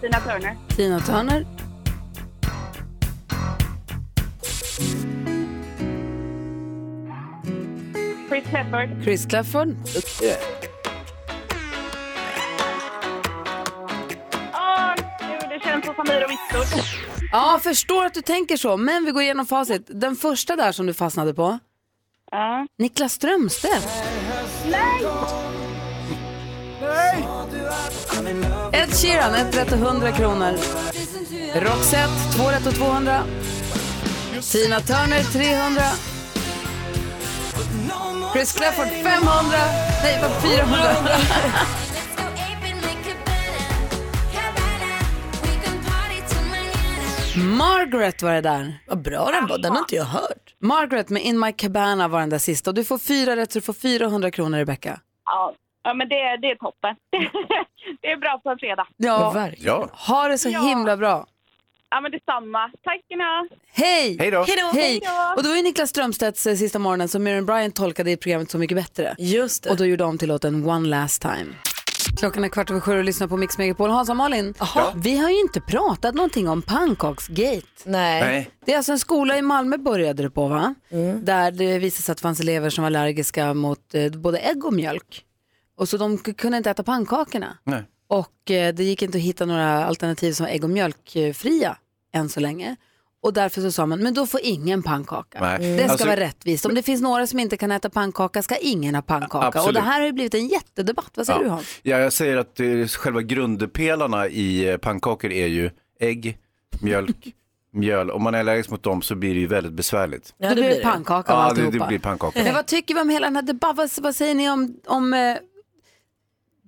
[SPEAKER 10] Tina Turner.
[SPEAKER 1] Tina Turner.
[SPEAKER 10] Chris Hefford.
[SPEAKER 1] Chris Clafford.
[SPEAKER 10] Åh, gud, det känns som Samir och Viktor.
[SPEAKER 1] Ja, jag förstår att du tänker så, men vi går igenom facit. Den första där som du fastnade på.
[SPEAKER 10] Ja.
[SPEAKER 1] Niklas Strömstedt.
[SPEAKER 10] Nej!
[SPEAKER 1] Ed Sheeran, ett rätt och 100 kronor. Roxette, två rätt och 200. Tina Turner, 300. Chris Clafford, 500. Nej, vad 400. Margaret var det där.
[SPEAKER 4] Vad bra den var, den har inte jag hört.
[SPEAKER 1] Margaret med In My Cabana var den där sista. Och du får fyra rätt så du får 400 kronor, Rebecca.
[SPEAKER 10] Ja, ja men det, det är toppen. det är bra på en fredag.
[SPEAKER 1] Ja,
[SPEAKER 2] Ja.
[SPEAKER 1] ha det så himla bra.
[SPEAKER 10] Ja, men detsamma. Tack ska ni ha.
[SPEAKER 1] Hej!
[SPEAKER 10] Hej då. Hej då.
[SPEAKER 1] Hej!
[SPEAKER 10] Hej då.
[SPEAKER 1] Och det var ju Niklas Strömstedts eh, sista morgonen som Miriam Bryant tolkade i programmet Så mycket bättre. Just Och då gjorde de till låten One last time. Klockan är kvart över sju och lyssnar på Mix Megapol. Hans och Malin, vi har ju inte pratat någonting om pannkaksgate.
[SPEAKER 3] Nej.
[SPEAKER 1] Nej. Det är alltså en skola i Malmö började det på va? Där det visade sig att det fanns elever som var allergiska mot eh, både ägg och mjölk. Och så de k- kunde inte äta pannkakorna.
[SPEAKER 2] Nej.
[SPEAKER 1] Och eh, det gick inte att hitta några alternativ som var ägg och mjölkfria än så länge. Och därför så sa man, men då får ingen pannkaka.
[SPEAKER 2] Nej. Mm.
[SPEAKER 1] Det ska
[SPEAKER 2] Alltså-
[SPEAKER 1] vara rättvist. Om det finns några som inte kan äta pannkaka ska ingen ha pannkaka.
[SPEAKER 2] Absolut.
[SPEAKER 1] Och det här har ju blivit en jättedebatt. Vad säger du Hans?
[SPEAKER 2] Ja, jag säger att eh, själva grundpelarna i eh, pannkakor är ju ägg, mjölk, mjöl. Om man är allergisk mot dem så blir det ju väldigt besvärligt.
[SPEAKER 1] Ja, det blir det. pannkaka av
[SPEAKER 2] ja, det,
[SPEAKER 1] alltihopa.
[SPEAKER 2] det blir pannkaka.
[SPEAKER 1] Men vad tycker vi om hela den här debatten? Vad, vad säger ni om, om eh,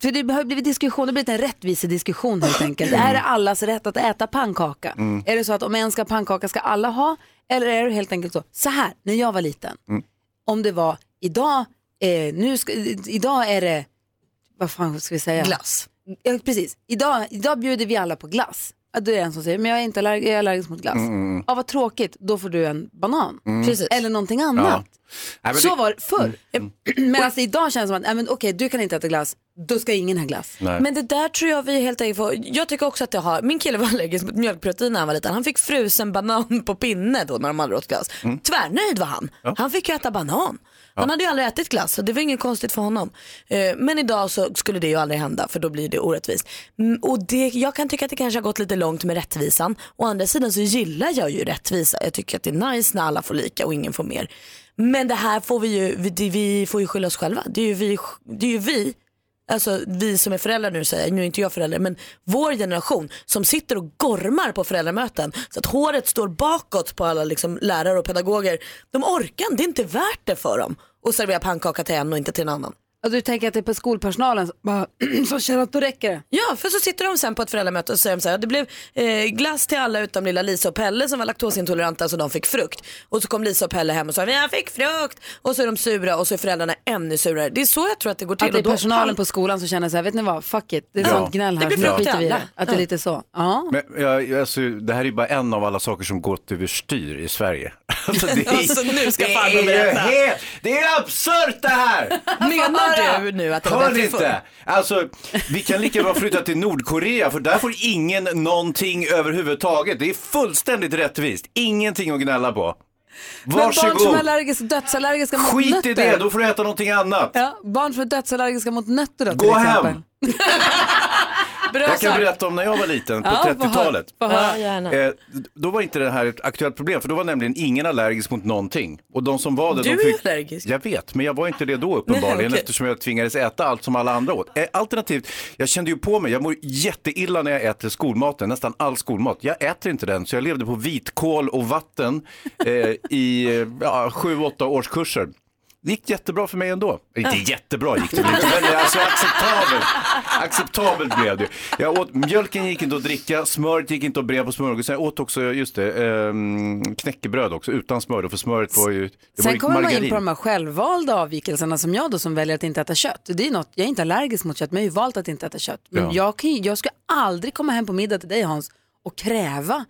[SPEAKER 1] för det har ju blivit diskussion, det har blivit en rättvisediskussion helt enkelt. Är det allas rätt att äta pannkaka?
[SPEAKER 11] Mm.
[SPEAKER 1] Är det så att om en ska ha pannkaka ska alla ha? Eller är det helt enkelt så, så här, när jag var liten,
[SPEAKER 11] Mm.
[SPEAKER 1] om det var idag, eh, nu ska, idag är det, vad fan ska vi säga?
[SPEAKER 3] Glass.
[SPEAKER 1] Ja, precis, idag, idag bjuder vi alla på glass. Ja, Då är det en som säger, men jag är inte allerg- jag är allergisk mot glass.
[SPEAKER 2] Mm.
[SPEAKER 1] Ja, vad tråkigt, då får du en banan.
[SPEAKER 2] Mm. Precis.
[SPEAKER 1] Eller någonting annat.
[SPEAKER 2] Ja. Nej, men
[SPEAKER 1] Så
[SPEAKER 2] det- Mm,
[SPEAKER 1] var det förr. Medan det idag känns som att, nej, men okej du kan inte äta glass, då ska ingen ha glass.
[SPEAKER 2] Nej.
[SPEAKER 3] Men det där tror jag vi helt enkelt får, jag tycker också att det har, min kille var allergisk mot mjölkprotein när han var liten. Han fick frusen banan på pinne då när de aldrig åt glass.
[SPEAKER 11] Mm.
[SPEAKER 3] Tvärnöjd var han. Han fick ju äta banan. Han hade ju aldrig ätit glass så det var inget konstigt för honom. Eh, Men idag så skulle det ju aldrig hända för då blir det orättvist. Mm, Och det, jag kan tycka att det kanske har gått lite långt med rättvisan. Å andra sidan så gillar jag ju rättvisa. Jag tycker att det är nice när alla får lika och ingen får mer. Men det här får vi ju, vi, det- vi får ju skylla oss själva. Det är ju vi, det är ju vi Alltså vi som är föräldrar nu säger jag, nu är inte jag förälder, men vår generation som sitter och gormar på föräldramöten så att håret står bakåt på alla liksom, lärare och pedagoger. De orkar inte, det är inte värt det för dem att servera pannkaka till en och inte till en annan.
[SPEAKER 1] Och du tänker att det är på skolpersonalen som bara, som känner att då räcker det.
[SPEAKER 3] Ja, för så sitter de sen på ett föräldramöte och säger de så här, det blev eh, glass till alla utom lilla Lisa och Pelle som var laktosintoleranta så de fick frukt. Och så kom Lisa och Pelle hem och sa, jag fick frukt! Och så är de sura och så är föräldrarna ännu surare. Det är så jag tror att det går till.
[SPEAKER 1] Att det är
[SPEAKER 3] Och då-
[SPEAKER 1] personalen på skolan som känner så här, vet ni vad, fuck it, det är
[SPEAKER 2] Ja.
[SPEAKER 1] sånt gnäll
[SPEAKER 3] Det
[SPEAKER 1] här
[SPEAKER 3] blir
[SPEAKER 1] så nu
[SPEAKER 3] frukt
[SPEAKER 1] skiter
[SPEAKER 3] till
[SPEAKER 1] vi i
[SPEAKER 3] alla.
[SPEAKER 1] det. Att det är
[SPEAKER 3] Ja.
[SPEAKER 1] lite så. Ja.
[SPEAKER 2] Men, ja, jag- alltså, det här är ju bara en av alla saker som gått överstyr i Sverige. Alltså, det är,
[SPEAKER 3] Alltså, nu ska
[SPEAKER 2] det
[SPEAKER 3] farbror
[SPEAKER 2] är ju
[SPEAKER 3] berätta.
[SPEAKER 2] helt- Det är absurt det här!
[SPEAKER 3] Menar du nu att det var
[SPEAKER 2] Hör
[SPEAKER 3] bättre
[SPEAKER 2] ni
[SPEAKER 3] förr?
[SPEAKER 2] inte? Alltså, vi kan lika bra flytta till Nordkorea för där får ingen någonting överhuvudtaget. Det är fullständigt rättvist. Ingenting att gnälla på.
[SPEAKER 1] Men barn som är
[SPEAKER 2] Varsågod.
[SPEAKER 1] allergiska, dödsallergiska mot
[SPEAKER 2] Skit
[SPEAKER 1] nötter.
[SPEAKER 2] i det, då får du äta någonting annat.
[SPEAKER 1] ja, barn som är dödsallergiska mot nötter då, till
[SPEAKER 2] Gå
[SPEAKER 1] exempel.
[SPEAKER 2] hem. jag kan berätta om när jag var liten på
[SPEAKER 1] Ja, få höra.
[SPEAKER 2] 30-talet.
[SPEAKER 1] Få höra. Ja, gärna.
[SPEAKER 2] Eh, då var inte det här ett aktuellt problem för då var nämligen ingen allergisk mot någonting. Och de som var det,
[SPEAKER 3] Du
[SPEAKER 2] de
[SPEAKER 3] är
[SPEAKER 2] fick...
[SPEAKER 3] allergisk.
[SPEAKER 2] Jag vet, men jag var inte det då uppenbarligen
[SPEAKER 3] Nej, okej.
[SPEAKER 2] eftersom jag tvingades äta allt som alla andra åt. Eh, Alternativt, jag kände ju på mig, jag mår jätteilla när jag äter skolmaten, nästan all skolmat. Jag äter inte den, så jag levde på vitkål och vatten eh, i eh, ja, sju, åtta årskurser. Det gick jättebra för mig ändå. Inte
[SPEAKER 12] Ja.
[SPEAKER 2] jättebra gick det väl inte, men alltså acceptabelt. Acceptabelt blev det. Jag åt, mjölken gick inte att dricka, smöret gick inte att bre på smörgåsen. Jag åt också, just det, ehm, knäckebröd också utan smör då, för smöret var ju, det var
[SPEAKER 1] Sen
[SPEAKER 2] ju
[SPEAKER 1] kommer man in
[SPEAKER 2] margarin.
[SPEAKER 1] på de här självvalda avvikelserna som jag då som väljer att inte äta kött. Det är ju något, jag är inte allergisk mot kött men jag har ju valt att inte äta kött. Men
[SPEAKER 11] Ja.
[SPEAKER 1] jag, kan, ju- jag ska aldrig komma hem på middag till dig Hans och kräva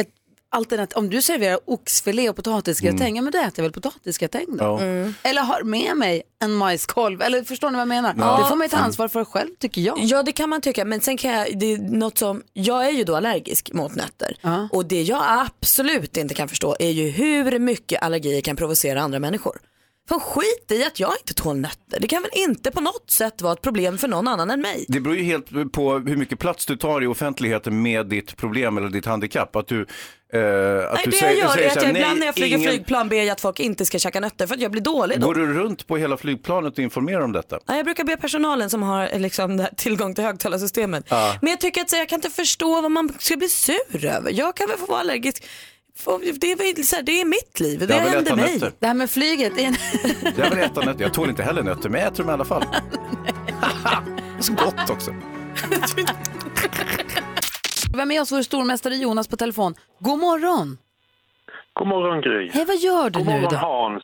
[SPEAKER 1] ett alternativ. Om du serverar oxfilé och potatisgratäng,
[SPEAKER 11] Mm.
[SPEAKER 1] ja men då äter jag väl potatisgratäng då.
[SPEAKER 11] Ja. Mm.
[SPEAKER 1] Eller har med mig en majskolv, eller förstår ni vad jag menar?
[SPEAKER 3] Ja.
[SPEAKER 1] Det får man ju ta
[SPEAKER 11] Mm.
[SPEAKER 1] ansvar för själv tycker jag.
[SPEAKER 3] Ja det kan man tycka men sen kan jag, det är något som, jag är ju då allergisk mot nötter och det jag absolut inte kan förstå är ju hur mycket allergier kan provocera andra människor. Fan skit i att jag inte tål nötter, det kan väl inte på något sätt vara ett problem för någon annan än mig.
[SPEAKER 2] Det beror ju helt på hur mycket plats du tar i offentligheten med ditt problem eller ditt handikapp. Att du, eh, att
[SPEAKER 3] Nej,
[SPEAKER 2] du
[SPEAKER 3] det
[SPEAKER 2] säger,
[SPEAKER 3] jag gör
[SPEAKER 2] säger
[SPEAKER 3] är att
[SPEAKER 2] så här,
[SPEAKER 3] jag
[SPEAKER 2] "Nej,
[SPEAKER 3] ibland när jag flyger
[SPEAKER 2] ingen-
[SPEAKER 3] flygplan ber jag att folk inte ska käka nötter för att jag blir dålig då.
[SPEAKER 2] Går du runt på hela flygplanet och informerar om detta?
[SPEAKER 3] Ja, jag brukar be personalen som har eh, liksom, det här tillgång till högtalarsystemet.
[SPEAKER 2] Ja.
[SPEAKER 3] Men jag tycker att så, här, jag kan inte förstå vad man ska bli sur över. Jag kan väl få vara allergisk. Få- Det är, väl så här, det är mitt liv, det
[SPEAKER 2] Jag vill
[SPEAKER 3] händer
[SPEAKER 2] äta
[SPEAKER 3] mig.
[SPEAKER 2] nötter.
[SPEAKER 1] Det här med flyget, är en...
[SPEAKER 2] Jag vill äta nötter. Jag tål inte heller nötter, men jag äter dem i alla fall. Så gott också.
[SPEAKER 1] vi har med oss vår stormästare Jonas på telefon. God morgon!
[SPEAKER 13] God morgon Gry.
[SPEAKER 1] Hej vad gör du
[SPEAKER 13] God
[SPEAKER 1] nu
[SPEAKER 13] morgon
[SPEAKER 1] då?
[SPEAKER 13] Hans.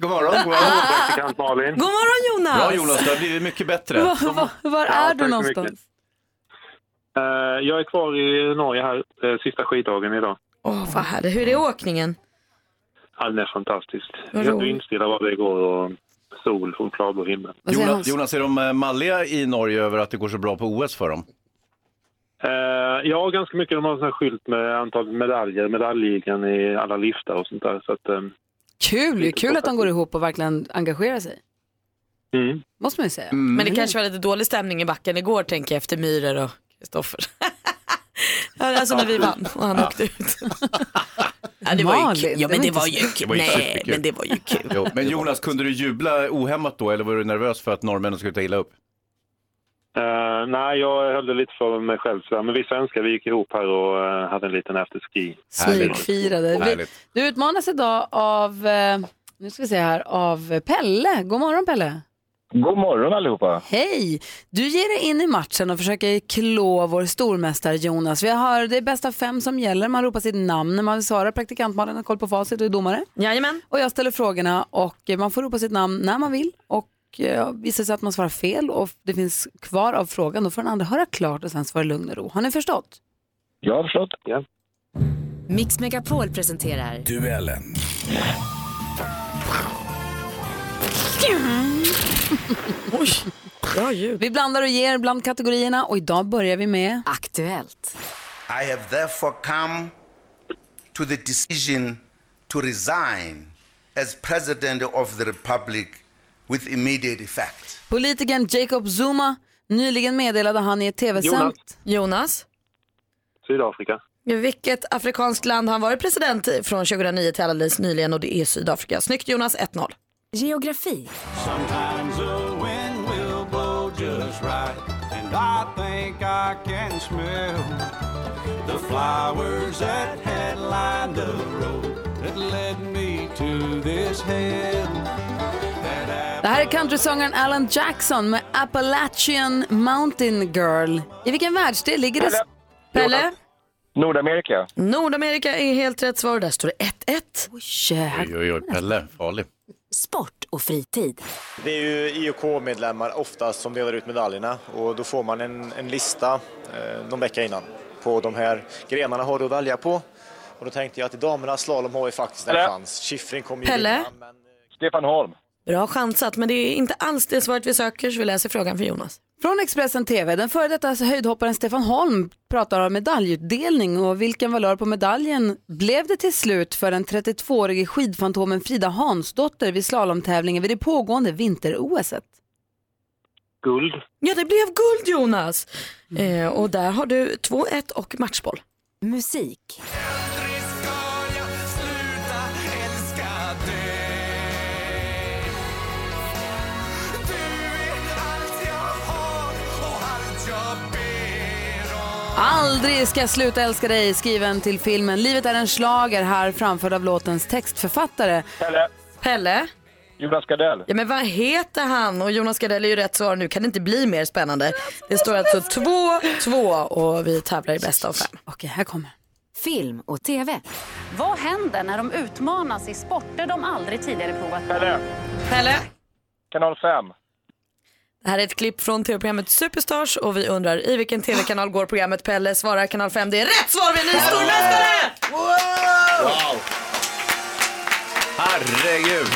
[SPEAKER 2] God morgon.
[SPEAKER 13] God morgon praktikant Malin.
[SPEAKER 3] God morgon Jonas!
[SPEAKER 2] Bra Jonas, det har blivit mycket bättre.
[SPEAKER 1] Var, var, var
[SPEAKER 13] Ja,
[SPEAKER 1] är du
[SPEAKER 13] tack så
[SPEAKER 1] någonstans?
[SPEAKER 13] mycket. Eh, Jag är kvar i Norge här eh, sista skiddagen idag.
[SPEAKER 3] Åh, vad härligt. Hur är åkningen?
[SPEAKER 13] Ja, det är fantastiskt.
[SPEAKER 3] Vad
[SPEAKER 13] Jag
[SPEAKER 3] roligt.
[SPEAKER 13] vindstilla vad det går och sol och klarblå himmel.
[SPEAKER 2] Jonas, Jonas, är de eh, malliga i Norge över att det går så bra på OS för dem?
[SPEAKER 13] Eh, Ja, ganska mycket. De har en sån här skylt med antal medaljer, medaljligan i alla liftar och sånt där. Så att, eh,
[SPEAKER 1] Kul ju, kul att de går ihop och verkligen engagerar sig.
[SPEAKER 13] mm.
[SPEAKER 1] Måste man ju säga.
[SPEAKER 3] Men det kanske var lite dålig stämning i backen igår tänker jag efter Myhrer och Kristoffer. alltså när vi vann och han åkte ut. ja, det var ju kul. Ja, men det var ju kul. Nej, men det var ju kul.
[SPEAKER 2] Jo, men Jonas, kunde du jubla ohämmat då eller var du nervös för att norrmännen skulle ta illa upp?
[SPEAKER 13] Eh, nej, jag höll det lite för mig själv. sådär. Men vi svenskar vi gick ihop här och eh, hade en liten afterski.
[SPEAKER 1] Smygfirade. Vi, du utmanas idag av, eh, nu ska vi se här, av Pelle. God morgon Pelle.
[SPEAKER 14] God morgon allihopa.
[SPEAKER 1] Hej! Du ger dig in i matchen och försöker klå vår stormästare Jonas. Vi har, det är bäst av fem som gäller. Man ropar sitt namn när man svarar. Praktikantmalen har koll på facit och är domare.
[SPEAKER 3] Jajamän.
[SPEAKER 1] Och jag ställer frågorna och eh, man får ropa sitt namn när man vill. Och eh, visar det sig att man svarar fel och det finns kvar av frågan, då får den andra höra klart och sen svara i lugn och ro. Har ni förstått?
[SPEAKER 14] Jag har förstått. Ja.
[SPEAKER 15] Mix Megapol presenterar
[SPEAKER 16] Duellen.
[SPEAKER 1] Oj, bra ljud. Vi blandar och ger bland kategorierna och idag börjar vi med Aktuellt.
[SPEAKER 17] I have therefore come to the decision to resign as President of the Republic with immediate effect.
[SPEAKER 1] Politikern Jacob Zuma. Nyligen meddelade han i ett tv-sänd...
[SPEAKER 3] Jonas,
[SPEAKER 13] Sydafrika.
[SPEAKER 3] vilket afrikanskt land har han varit president i från 2009 till alldeles nyligen och det är Sydafrika. Snyggt Jonas, 1-0.
[SPEAKER 15] geografi.
[SPEAKER 11] Sometimes the wind will blow just right, and I think I can smell the flowers that had lined the road that led me to this hell.
[SPEAKER 1] Det här är countrysångaren Alan Jackson med Appalachian Mountain Girl. I vilken världsdel ligger det? Pelle?
[SPEAKER 14] Nordamerika.
[SPEAKER 3] Nordamerika är helt rätt svar. Där står det 1-1.
[SPEAKER 2] Oj, oj, oj, Pelle, farlig.
[SPEAKER 15] Sport och fritid.
[SPEAKER 18] Det är ju IOK-medlemmar oftast som delar ut medaljerna och då får man en, en lista eh, någon vecka innan på de här grenarna har du att välja på. Och då tänkte jag att i damernas slalom har vi faktiskt en chans. Kiffring kommer ju
[SPEAKER 3] Pelle?
[SPEAKER 18] vinna, men... Stefan Holm.
[SPEAKER 3] Bra chansat, men det är inte alls det svaret vi söker så vi läser frågan för Jonas.
[SPEAKER 1] Från Expressen TV. Den före detta höjdhopparen Stefan Holm pratar om medaljutdelning och vilken valör på medaljen blev det till slut för den 32-årige skidfantomen Frida Hansdotter vid slalomtävlingen vid det pågående vinter-OSet?
[SPEAKER 13] Guld.
[SPEAKER 3] Ja, det blev guld Jonas!
[SPEAKER 15] Mm.
[SPEAKER 3] Eh, och där har du 2-1 och matchboll.
[SPEAKER 15] Musik.
[SPEAKER 1] Aldrig ska jag sluta älska dig, skriven till filmen Livet är en slager här framförd av låtens textförfattare.
[SPEAKER 14] Pelle.
[SPEAKER 3] Pelle?
[SPEAKER 14] Jonas Gardell.
[SPEAKER 3] Ja men vad heter han? Och Jonas Gardell är ju rätt svar nu, kan det inte bli mer spännande. Det står alltså 2-2 och vi tävlar i bästa av fem.
[SPEAKER 1] Okej, här kommer.
[SPEAKER 15] Film och tv.
[SPEAKER 19] Vad händer när de utmanas i sporter de aldrig tidigare provat?
[SPEAKER 14] Pelle.
[SPEAKER 3] Pelle?
[SPEAKER 14] Kanal 5.
[SPEAKER 3] Det här är ett klipp från tv-programmet Superstars och vi undrar i vilken tv-kanal går programmet Pelle svarar kanal 5. Det är rätt svar, vi är ny stormästare!
[SPEAKER 2] Wow! Herregud!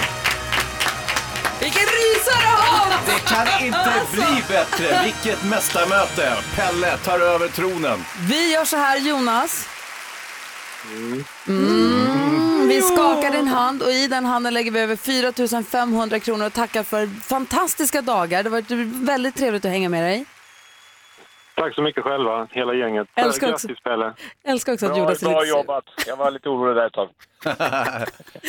[SPEAKER 3] Vilken rysare av!
[SPEAKER 2] Det kan inte bli bättre! Vilket mästarmöte! Pelle tar över tronen.
[SPEAKER 1] Vi gör så här Jonas. Mm, vi skakar din hand och i den handen lägger vi över 4 500 kronor och tackar för fantastiska dagar. Det har varit väldigt trevligt att hänga med dig.
[SPEAKER 13] Tack så mycket själva, hela gänget.
[SPEAKER 1] Älskar
[SPEAKER 13] Eh,
[SPEAKER 1] också-
[SPEAKER 13] Grattis Pelle.
[SPEAKER 1] Älskar också att
[SPEAKER 14] Bra,
[SPEAKER 1] Jonas är
[SPEAKER 14] bra
[SPEAKER 1] lite sur.
[SPEAKER 14] jobbat. Jag var lite orolig där ett tag.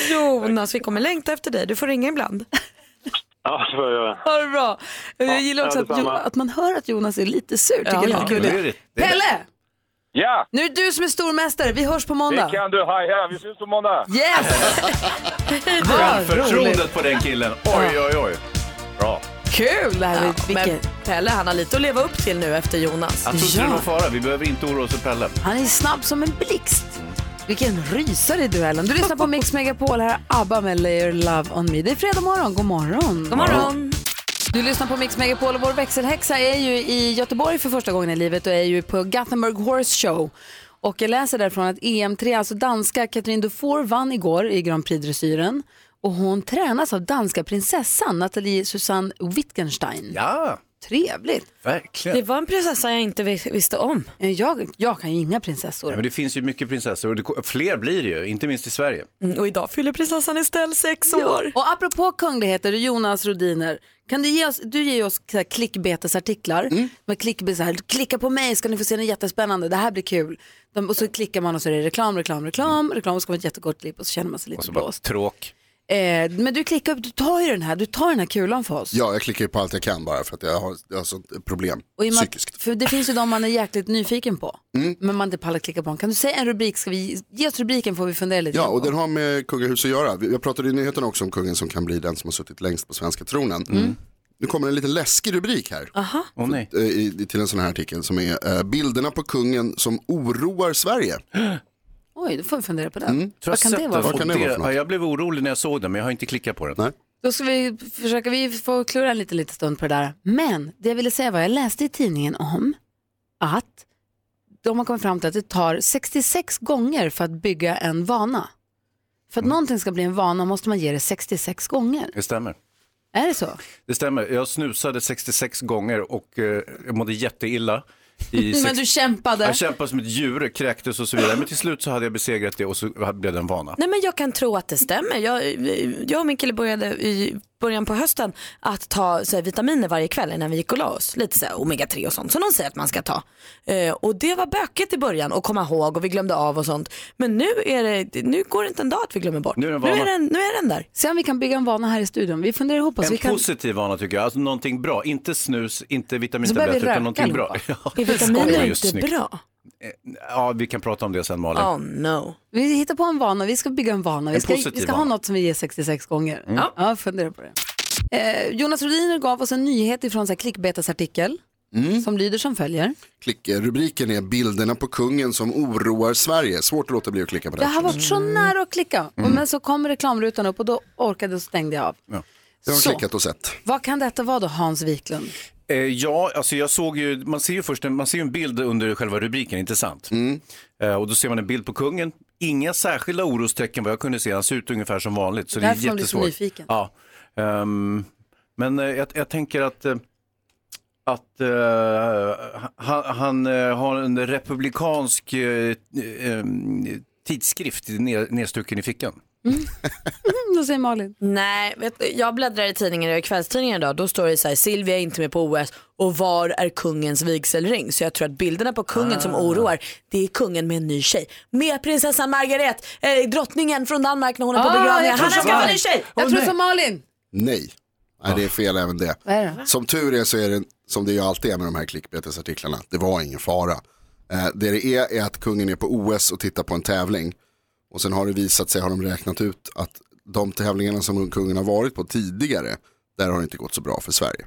[SPEAKER 3] Jonas, vi kommer längta efter dig. Du får ringa ibland.
[SPEAKER 13] Ja, det får jag göra.
[SPEAKER 1] Ha det bra. Jag gillar också
[SPEAKER 13] ja,
[SPEAKER 1] att, Jo-
[SPEAKER 13] detsamma.
[SPEAKER 1] att man hör att Jonas är lite sur. Tycker jag är lite gulligt. Pelle!
[SPEAKER 14] Ja!
[SPEAKER 1] Nu är det du som är stormästare. Vi hörs på måndag.
[SPEAKER 14] Det kan du haja. Vi syns på måndag.
[SPEAKER 1] Yes!
[SPEAKER 2] Självförtroendet på den killen. Oj, oj, oj. Bra.
[SPEAKER 1] Kul! Det här
[SPEAKER 3] ja,
[SPEAKER 1] är-
[SPEAKER 3] men
[SPEAKER 1] vilket-
[SPEAKER 3] Pelle, han har lite att leva upp till nu efter Jonas.
[SPEAKER 2] Jag tror inte det är någon fara. Vi behöver inte oroa oss för Pelle.
[SPEAKER 1] Han är snabb som en blixt. Vilken rysare i duellen. Du lyssnar på Mix Megapol. Här är ABBA med Layer Love On Me. Det är fredag morgon. God morgon.
[SPEAKER 3] God morgon.
[SPEAKER 1] Du lyssnar på Mix Megapol och vår växelhäxa är ju i Göteborg för första gången i livet och är ju på Gothenburg Horse Show. Och jag läser därifrån att EM3, alltså danska Katrin Dufour vann igår i Grand Prix-dressyren och hon tränas av danska prinsessan Nathalie Susanne Wittgenstein.
[SPEAKER 2] Ja.
[SPEAKER 1] Trevligt.
[SPEAKER 2] Verkligen.
[SPEAKER 1] var en prinsessa jag inte visste om. Jag, jag kan ju inga prinsessor.
[SPEAKER 2] Ja, men det finns ju mycket prinsessor och det, fler blir det ju, inte minst i Sverige.
[SPEAKER 3] Mm,
[SPEAKER 1] Och idag fyller prinsessan Estelle sex år. Och apropå kungligheter, Jonas Rodiner, kan du ge oss, du ger ju oss så här klickbetesartiklar.
[SPEAKER 20] Mm.
[SPEAKER 1] Med klick, så här, klicka på mig ska ni få se något jättespännande, det här blir kul. De, och så klickar man och så är det reklam, reklam,
[SPEAKER 20] Mm.
[SPEAKER 1] reklam, reklam och så kommer ett jättegott klipp och så känner man sig lite blåst.
[SPEAKER 2] Tråk.
[SPEAKER 1] Eh, men du klickar upp, du tar ju den här, du tar den här kulan för oss.
[SPEAKER 20] Ja, jag klickar ju på allt jag kan bara för att jag har, jag har sånt problem
[SPEAKER 1] Och i och med att-
[SPEAKER 20] psykiskt. Mm.
[SPEAKER 1] För det finns ju de man är jäkligt nyfiken på, men man inte pallar klicka på dem. Kan du säga en rubrik, ska vi, ge oss rubriken får vi fundera lite
[SPEAKER 20] Ja,
[SPEAKER 1] på.
[SPEAKER 20] och den har med kungahus att göra. Vi- Jag pratade i nyheterna också om kungen som kan bli den som har suttit längst på svenska tronen. Mm. Nu kommer en lite läskig rubrik här.
[SPEAKER 1] Aha.
[SPEAKER 20] För- eh, i- i- Till en sån här artikel som är eh, bilderna på kungen som oroar Sverige.
[SPEAKER 1] Oj, då får vi fundera på den. Vad kan det vara?
[SPEAKER 20] Mm. Vad kan det vara för något?
[SPEAKER 2] Ja, jag blev orolig när jag såg den, men jag har inte klickat på den.
[SPEAKER 20] Nej.
[SPEAKER 1] Då ska vi försöka, vi får klura en liten, liten stund på det där. Men det jag ville säga var, jag läste i tidningen om att de har kommit fram till att det tar 66 gånger för att bygga en vana. För att någonting ska bli en vana måste man ge det 66 gånger.
[SPEAKER 2] Det stämmer.
[SPEAKER 1] Är det så?
[SPEAKER 2] Det stämmer. Jag snusade 66 gånger och eh, jag mådde jätteilla. I
[SPEAKER 1] Men du kämpade.
[SPEAKER 2] Jag kämpade som ett djur, kräktes och så vidare. Men till slut så hade jag besegrat det och så blev det en vana.
[SPEAKER 3] Nej men jag kan tro att det stämmer. Jag, jag och min kille började i början på hösten att ta så här, vitaminer varje kväll innan vi gick och la oss. Lite så här, omega 3 och sånt som de säger att man ska ta. Eh, och det var bökigt i början att komma ihåg och vi glömde av och sånt. Men nu, är det, nu går det inte en dag att vi glömmer bort. Nu är,
[SPEAKER 2] en vana.
[SPEAKER 3] den, nu är den där.
[SPEAKER 1] Se om vi kan bygga en vana här i studion. Vi funderar ihop oss.
[SPEAKER 2] En
[SPEAKER 1] alltså vi kan...
[SPEAKER 2] positiv vana tycker jag, alltså någonting bra. Inte snus, inte
[SPEAKER 1] Så börjar vi
[SPEAKER 2] vitamintabletter
[SPEAKER 1] röka
[SPEAKER 2] utan någonting bra.
[SPEAKER 1] allihopa.
[SPEAKER 2] Ja,
[SPEAKER 1] Är vitaminer
[SPEAKER 2] det var ju
[SPEAKER 1] inte
[SPEAKER 2] snyggt.
[SPEAKER 1] bra?
[SPEAKER 2] Eh, Ja, vi kan prata om det sen Malin.
[SPEAKER 1] Oh,
[SPEAKER 3] no.
[SPEAKER 1] Vi hittar på en vana, vi ska bygga en vana. Vi
[SPEAKER 2] En
[SPEAKER 1] ska,
[SPEAKER 2] positiv
[SPEAKER 1] vi ska ha
[SPEAKER 2] vana.
[SPEAKER 1] något som vi ger 66 gånger.
[SPEAKER 2] Mm.
[SPEAKER 1] Ja, fundera på det. Eh, Jonas Rhodiner gav oss en nyhet ifrån så här klickbetesartikel som lyder som följer.
[SPEAKER 20] Klick, eh, rubriken är bilderna på kungen som oroar Sverige. Svårt att låta bli att klicka på
[SPEAKER 1] Det
[SPEAKER 20] den.
[SPEAKER 1] har varit så nära att klicka, och men så kom reklamrutan upp och då orkade och stängde jag av.
[SPEAKER 20] Ja. Jag har
[SPEAKER 1] Så.
[SPEAKER 20] klickat och sett.
[SPEAKER 1] Vad kan detta vara då, Hans Wiklund?
[SPEAKER 3] Mm,
[SPEAKER 2] Eh, ja, alltså jag såg ju, man ser ju först en, man ser ju en bild under själva rubriken, inte sant?
[SPEAKER 20] Mm.
[SPEAKER 2] Eh, och då ser man en bild på kungen. Inga särskilda orostecken vad jag kunde se, han ser ut ungefär som vanligt. Så det är
[SPEAKER 1] Därför man blir så
[SPEAKER 2] jättesvårt.
[SPEAKER 1] nyfiken.
[SPEAKER 2] Ja. Ehm, men eh, jag, jag tänker att, eh, att eh, han, han eh, har en republikansk eh, eh, tidskrift ned, nedstucken i fickan.
[SPEAKER 1] Då säger Malin.
[SPEAKER 3] Nej, vet, du, jag bläddrar i tidningar, i kvällstidningar idag, då står det så här, Silvia är inte med på OS och var är kungens vigselring? Så jag tror att bilderna på kungen som oroar, det är kungen med en ny tjej. Med prinsessan Margaret, eh, drottningen från Danmark när hon är på
[SPEAKER 1] Ah,
[SPEAKER 3] begravningen.
[SPEAKER 1] jag tror
[SPEAKER 3] Han har
[SPEAKER 1] så.
[SPEAKER 3] skaffat en ny tjej!
[SPEAKER 1] Jag tror som Malin.
[SPEAKER 20] Nej, Nej det är fel även det.
[SPEAKER 1] Vad är det?
[SPEAKER 20] Som tur är så är det som det ju alltid är med de här klickbetesartiklarna. Det var ingen fara. Eh, det det är är att kungen är på OS och tittar på en tävling. Och sen har det visat sig, har de räknat ut att de tävlingarna som kungen har varit på tidigare, där har det inte gått så bra för Sverige.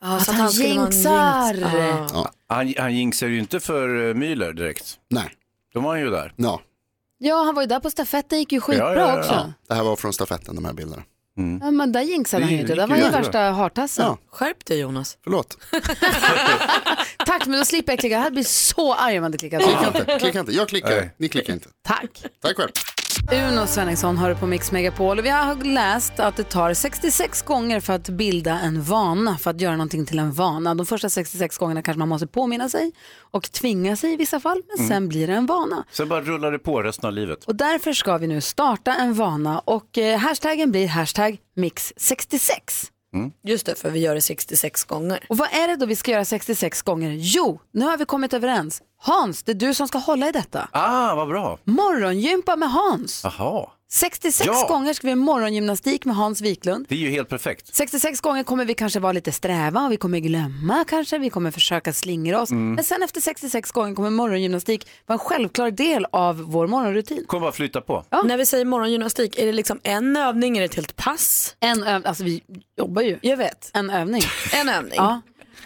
[SPEAKER 1] att,
[SPEAKER 3] han
[SPEAKER 1] han
[SPEAKER 3] skulle vara en
[SPEAKER 1] jinxar.
[SPEAKER 3] jinx. Ah.
[SPEAKER 20] Ja.
[SPEAKER 2] Han, han jinxar ju inte för eh, Müller direkt.
[SPEAKER 20] Nej.
[SPEAKER 2] Då var han ju där.
[SPEAKER 20] Ja.
[SPEAKER 1] Ja, han var ju där på stafetten, gick ju skitbra också. Ja.
[SPEAKER 20] Det här var från stafetten, de här bilderna.
[SPEAKER 1] men där jinxade han ju inte, det var ju
[SPEAKER 20] Ja.
[SPEAKER 1] värsta hartassen.
[SPEAKER 3] Skärp dig Jonas.
[SPEAKER 20] Förlåt.
[SPEAKER 1] Tack, men då slipper jag klicka. Jag hade blivit så arg om jag hade klickat.
[SPEAKER 20] Klicka inte, klicka inte. Jag klickar,
[SPEAKER 2] Eh,
[SPEAKER 20] ni klickar inte.
[SPEAKER 1] Tack.
[SPEAKER 20] Tack själv.
[SPEAKER 1] Uno Svenningsson hör på Mix Megapol och vi har läst att det tar 66 gånger för att bilda en vana, för att göra någonting till en vana. De första 66 gångerna kanske man måste påminna sig och tvinga sig i vissa fall, men
[SPEAKER 2] Mm.
[SPEAKER 1] sen blir det en vana.
[SPEAKER 2] Sen bara rullar det på resten av livet.
[SPEAKER 1] Och därför ska vi nu starta en vana och eh, hashtaggen blir hashtag mix66.
[SPEAKER 3] Just det, för vi gör det 66 gånger.
[SPEAKER 1] Och vad är det då vi ska göra 66 gånger? Jo, nu har vi kommit överens. Hans, det är du som ska hålla i detta.
[SPEAKER 2] Ah, vad bra.
[SPEAKER 1] Morgongympa med Hans.
[SPEAKER 2] Jaha,
[SPEAKER 1] 66
[SPEAKER 2] Ja.
[SPEAKER 1] gånger ska vi ha morgongymnastik med Hans Wiklund.
[SPEAKER 2] det är ju helt perfekt.
[SPEAKER 1] 66 gånger kommer vi kanske vara lite sträva och vi kommer glömma kanske, vi kommer försöka slingra oss.
[SPEAKER 2] Mm.
[SPEAKER 1] Men sen efter 66 gånger kommer morgongymnastik vara en självklar del av vår morgonrutin.
[SPEAKER 2] Kommer bara flytta på.
[SPEAKER 3] När vi säger morgongymnastik, är det liksom en övning, är det ett helt pass?
[SPEAKER 1] En övning, alltså vi jobbar ju.
[SPEAKER 3] Jag vet.
[SPEAKER 1] En övning.
[SPEAKER 3] En övning.
[SPEAKER 1] Ja.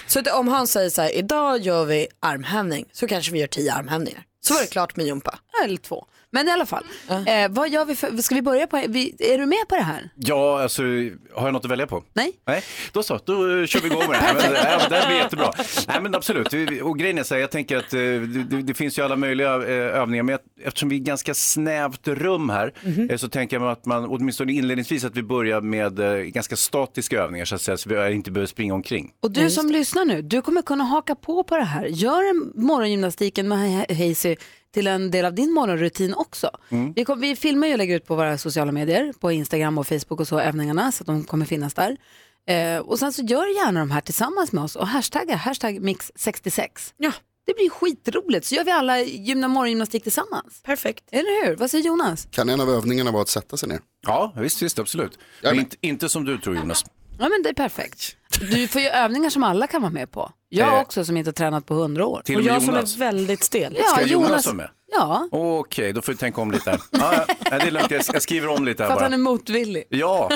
[SPEAKER 3] Så att om han säger så här, idag gör vi armhävning, så kanske vi gör tio armhävningar. Så var det klart med jumpa.
[SPEAKER 1] Eller två. Men i alla fall, eh, vad gör vi för, ska vi börja på, vi, är du med på det här?
[SPEAKER 2] Ja, alltså, har jag något att välja på?
[SPEAKER 1] Nej.
[SPEAKER 2] Nej, då så, då eh, kör vi igång med det här. Men, ja, men det här blir jättebra. Nej, men absolut. Vi- Och grejen är så här, jag tänker att eh, det, det- det finns ju alla möjliga eh, övningar, men jag- eftersom vi är ganska snävt rum här,
[SPEAKER 1] Mhm.
[SPEAKER 2] eh, så tänker jag att man, åtminstone inledningsvis, att vi börjar med eh, ganska statiska övningar, så att säga, så vi eh, inte behöver springa omkring.
[SPEAKER 1] Och du som lyssnar nu, du kommer kunna haka på på det här. Gör en morgongymnastiken med He- He- Hazy till en del av din morgonrutin också.
[SPEAKER 21] Mm.
[SPEAKER 1] Vi, kom, vi filmar ju och lägger ut på våra sociala medier, på Instagram och Facebook och så, övningarna, så att de kommer finnas där. Eh, och sen så gör gärna de här tillsammans med oss och hashtagga, hashtag mix66.
[SPEAKER 3] Ja.
[SPEAKER 1] Det blir skitroligt, så gör vi alla gymna morgongymnastik tillsammans.
[SPEAKER 3] Perfekt.
[SPEAKER 1] Eller hur? Vad säger Jonas?
[SPEAKER 20] Kan en av övningarna vara att sätta sig ner?
[SPEAKER 2] Ja, visst, visst absolut. Men inte, inte som du tror, Jonas.
[SPEAKER 1] Ja men det är perfekt. Du får ju övningar som alla kan vara med på. Jag
[SPEAKER 2] Eh.
[SPEAKER 1] också som inte har tränat på hundra år.
[SPEAKER 2] Till och med Och jag som är Jonas.
[SPEAKER 3] väldigt stel.
[SPEAKER 1] Ja,
[SPEAKER 2] Ska Jonas,
[SPEAKER 1] Jonas
[SPEAKER 2] vara med?
[SPEAKER 1] Ja,
[SPEAKER 2] Okej, då får du tänka om lite. här. Ja, ja, det är lugnt, jag- jag skriver om lite
[SPEAKER 1] för
[SPEAKER 2] här
[SPEAKER 1] att han är
[SPEAKER 2] bara.
[SPEAKER 1] motvillig.
[SPEAKER 2] Ja,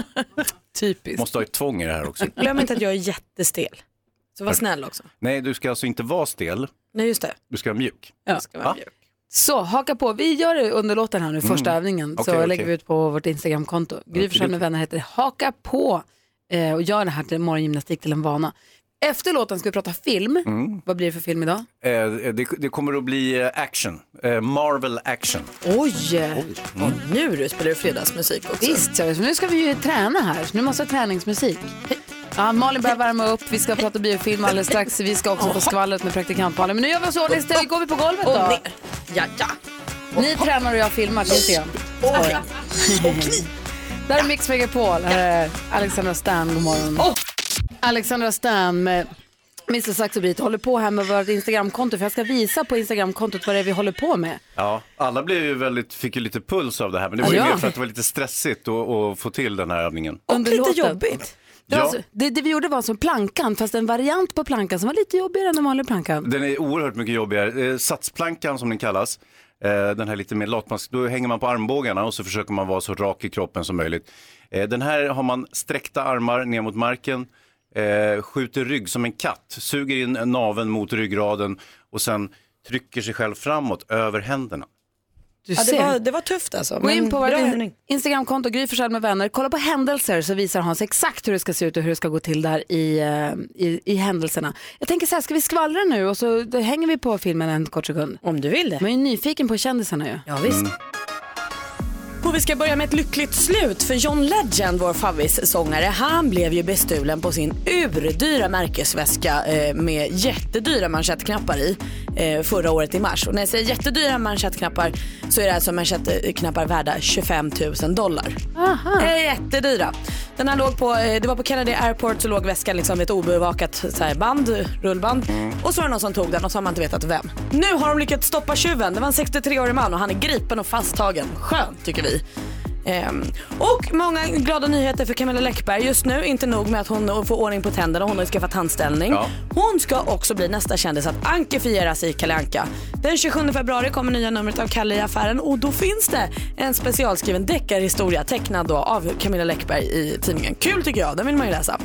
[SPEAKER 1] Typiskt.
[SPEAKER 2] måste ha ett tvång i det här också.
[SPEAKER 3] Glöm inte att jag är jättestel. Så var snäll också.
[SPEAKER 2] Nej, du ska alltså inte vara stel,
[SPEAKER 3] Nej just det.
[SPEAKER 2] du ska vara mjuk.
[SPEAKER 1] Ja.
[SPEAKER 2] Va?
[SPEAKER 1] Så haka på, vi gör det under låten här nu, första
[SPEAKER 2] Mm.
[SPEAKER 1] övningen. Så
[SPEAKER 2] Okej, okej.
[SPEAKER 1] lägger vi ut på vårt Instagramkonto. Gry Forssell med vänner heter det. Haka på eh, och gör det här till morgongymnastik till en vana. Efter låten ska vi prata film.
[SPEAKER 2] Mm.
[SPEAKER 1] Vad blir det för film idag?
[SPEAKER 2] Eh, det, det kommer att bli eh, action, eh, Marvel action.
[SPEAKER 1] Oj!
[SPEAKER 2] Mm.
[SPEAKER 3] Nu du spelar du fredagsmusik också.
[SPEAKER 1] Visst, så nu ska vi ju träna här, så nu måste jag ha träningsmusik. Ja, Malin börjar värma upp, vi ska prata biofilm alldeles strax. Vi ska också få skvallret med praktikant-Malin. Men nu gör vi oss i ordning, så går vi på golvet
[SPEAKER 3] Och
[SPEAKER 1] då.
[SPEAKER 3] ner. Ja, ja.
[SPEAKER 1] Ni tränar och jag filmar, det ser jag. Skoja. Där är Mix Megapol. Här är Alexandra Stan, god morgon. Alexandra Stan med Mr Saxobrit håller på här med vårt Instagramkonto för jag ska visa på Instagramkontot vad det är vi håller på med.
[SPEAKER 2] Ja, alla blev ju väldigt, fick ju lite puls av det här, men det var ju
[SPEAKER 1] Ja.
[SPEAKER 2] mer för att det var lite stressigt att, att få till den här övningen.
[SPEAKER 1] Under låten. Det, var
[SPEAKER 2] Ja.
[SPEAKER 1] alltså, det, det vi gjorde var som plankan, fast en variant på plankan som var lite jobbigare än den vanliga plankan.
[SPEAKER 2] Den är oerhört mycket jobbigare. Eh, Satsplankan som den kallas, eh, den här lite mer latmask, då hänger man på armbågarna och så försöker man vara så rak i kroppen som möjligt. Eh, Den här har man sträckta armar ner mot marken, eh, skjuter rygg som en katt, suger in naveln mot ryggraden och sen trycker sig själv framåt över händerna.
[SPEAKER 1] Du
[SPEAKER 3] ja, det,
[SPEAKER 1] ser.
[SPEAKER 3] var, det var tufft alltså.
[SPEAKER 1] Gå in
[SPEAKER 3] men
[SPEAKER 1] på
[SPEAKER 3] bra
[SPEAKER 1] vårt
[SPEAKER 3] övning.
[SPEAKER 1] Instagramkonto, Gry Forssell med vänner. Kolla på händelser så visar Hans exakt hur det ska se ut och hur det ska gå till där i, eh, i, i händelserna. Jag tänker så här, ska vi skvallra nu och så då hänger vi på filmen en kort sekund?
[SPEAKER 3] Om du vill det.
[SPEAKER 1] Man är ju nyfiken på kändisarna ju.
[SPEAKER 3] Ja, visst. Och vi ska börja med ett lyckligt slut för John Legend, vår favvissångare, han blev ju bestulen på sin urdyra märkesväska eh, med jättedyra manschettknappar i eh, förra året i mars. Och när jag säger jättedyra manschettknappar så är det alltså manschettknappar värda 25 000 dollar.
[SPEAKER 1] Aha.
[SPEAKER 3] Eh, Jättedyra. Den här låg på, eh, det var på Kennedy Airport så låg väskan liksom vid ett obevakat så här band, rullband. Och så var det någon som tog den och så har man inte vetat vem. Nu har de lyckats stoppa tjuven. Det var en 63-årig man och han är gripen och fasttagen. Skönt tycker vi. Ehm, och många glada nyheter för Camilla Läckberg just nu. Inte nog med att hon får ordning på tänderna, hon har ju skaffat tandställning.
[SPEAKER 22] Ja.
[SPEAKER 3] Hon ska också bli nästa kändis att ankefieras i Kalle Anka. Den 27 februari kommer nya numret av Kalle i affären och då finns det en specialskriven deckarhistoria tecknad då av Camilla Läckberg i tidningen. Kul tycker jag, den vill man ju läsa.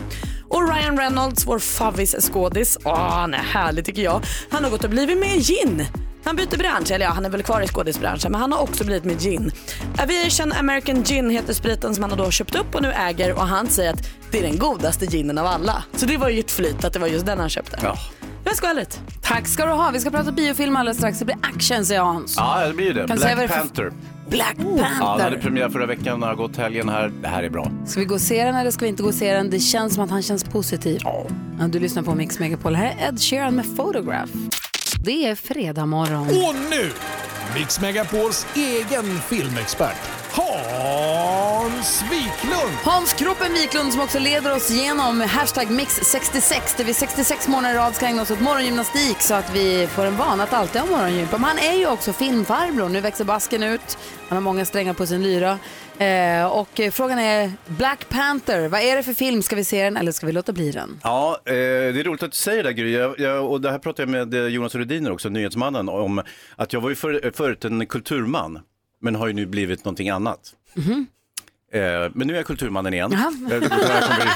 [SPEAKER 3] Och Ryan Reynolds, vår favvis-skådis, åh han är härlig tycker jag. Han har gått och blivit med i gin. Han byter bransch, eller ja han är väl kvar i skådisbranschen men han har också blivit med gin. Aviation American Gin heter spriten som han då har köpt upp och nu äger och han säger att det är den godaste ginen av alla. Så det var ju ett flyt att det var just den han köpte.
[SPEAKER 2] Ja,
[SPEAKER 3] Det var skvallret.
[SPEAKER 1] Tack ska du ha. Vi ska prata biofilm alldeles strax. Det blir action säger Hans.
[SPEAKER 2] ja det blir ju det.
[SPEAKER 1] Kan du
[SPEAKER 2] Black
[SPEAKER 1] säga vad det är för-
[SPEAKER 2] Panther.
[SPEAKER 1] Black
[SPEAKER 2] Ja, den
[SPEAKER 1] Panther.
[SPEAKER 2] hade premiär förra veckan, den har gått helgen här. Det här är bra.
[SPEAKER 1] Ska vi gå och se den eller ska vi inte gå och se den? Det känns som att han känns positiv. Ja, du lyssnar på Mix Megapol. Här är Ed Sheeran med Photograph. Det är fredag morgon.
[SPEAKER 23] Och nu, Mix Megapols egen filmexpert, Hans Wiklund.
[SPEAKER 1] Hans Kroppen Wiklund som också leder oss genom hashtag mix66 där vi 66 månader i rad ska ägna oss åt morgongymnastik så att vi får en vana att alltid ha morgongympa. Men han är ju också filmfarbror. Nu växer basken ut. Han har många strängar på sin lyra. Eh, och eh, frågan är Black Panther. Vad är det för film? Ska vi se den eller ska vi låta bli den?
[SPEAKER 2] Ja, eh, det är roligt att du säger det här, Gry. Jag, jag, och det här pratade jag med eh, Jonas Rudiner också, nyhetsmannen, om att jag var ju för, förut en kulturman, men har ju nu blivit någonting annat. Eh, men nu är jag kulturmannen igen. Eh, det här kommer ju-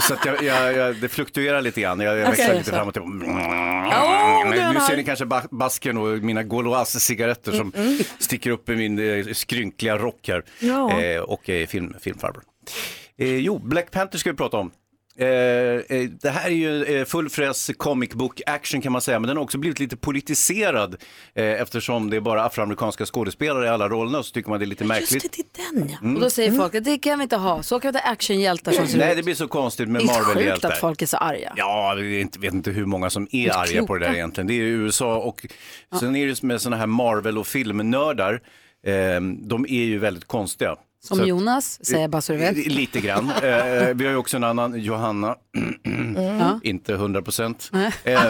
[SPEAKER 2] Så att jag, jag, jag, det fluktuerar lite grann, jag, jag
[SPEAKER 11] Okej.
[SPEAKER 2] växlar lite fram och tillbaka.
[SPEAKER 1] det
[SPEAKER 2] Nej,
[SPEAKER 1] är
[SPEAKER 2] men
[SPEAKER 1] han
[SPEAKER 2] nu ser
[SPEAKER 1] här.
[SPEAKER 2] ni kanske ba- basken och mina Gauloise cigaretter som sticker upp i min eh, skrynkliga rock här.
[SPEAKER 24] Ja.
[SPEAKER 2] Eh, och eh, film, filmfarbror. Eh, jo, Black Panther ska vi prata om. Eh, eh, det här är ju eh, full fräs comic book action kan man säga, men den har också blivit lite politiserad eh, eftersom det är bara afroamerikanska skådespelare i alla rollerna så tycker man det är lite märkligt.
[SPEAKER 3] Den ja.
[SPEAKER 2] Mm.
[SPEAKER 1] Och då säger folk att det kan vi inte ha, så kan vi inte ha actionhjältar som ser
[SPEAKER 2] Nej,
[SPEAKER 1] ut.
[SPEAKER 2] det blir så konstigt med
[SPEAKER 1] Det är sjukt
[SPEAKER 2] Marvel-hjältar.
[SPEAKER 1] att folk är så arga.
[SPEAKER 2] Ja, vi vet inte- vet inte hur många som är
[SPEAKER 1] är
[SPEAKER 2] arga på det där
[SPEAKER 1] kloka.
[SPEAKER 2] egentligen. Det är ju USA och sen är det ju med sådana här Marvel och filmnördar. ehm, de är ju väldigt konstiga.
[SPEAKER 1] Som
[SPEAKER 2] Så att-
[SPEAKER 1] Jonas, säger jag bara så du vet.
[SPEAKER 2] Lite grann. Eh, vi har ju också en annan, Johanna, inte 100 procent. Eh,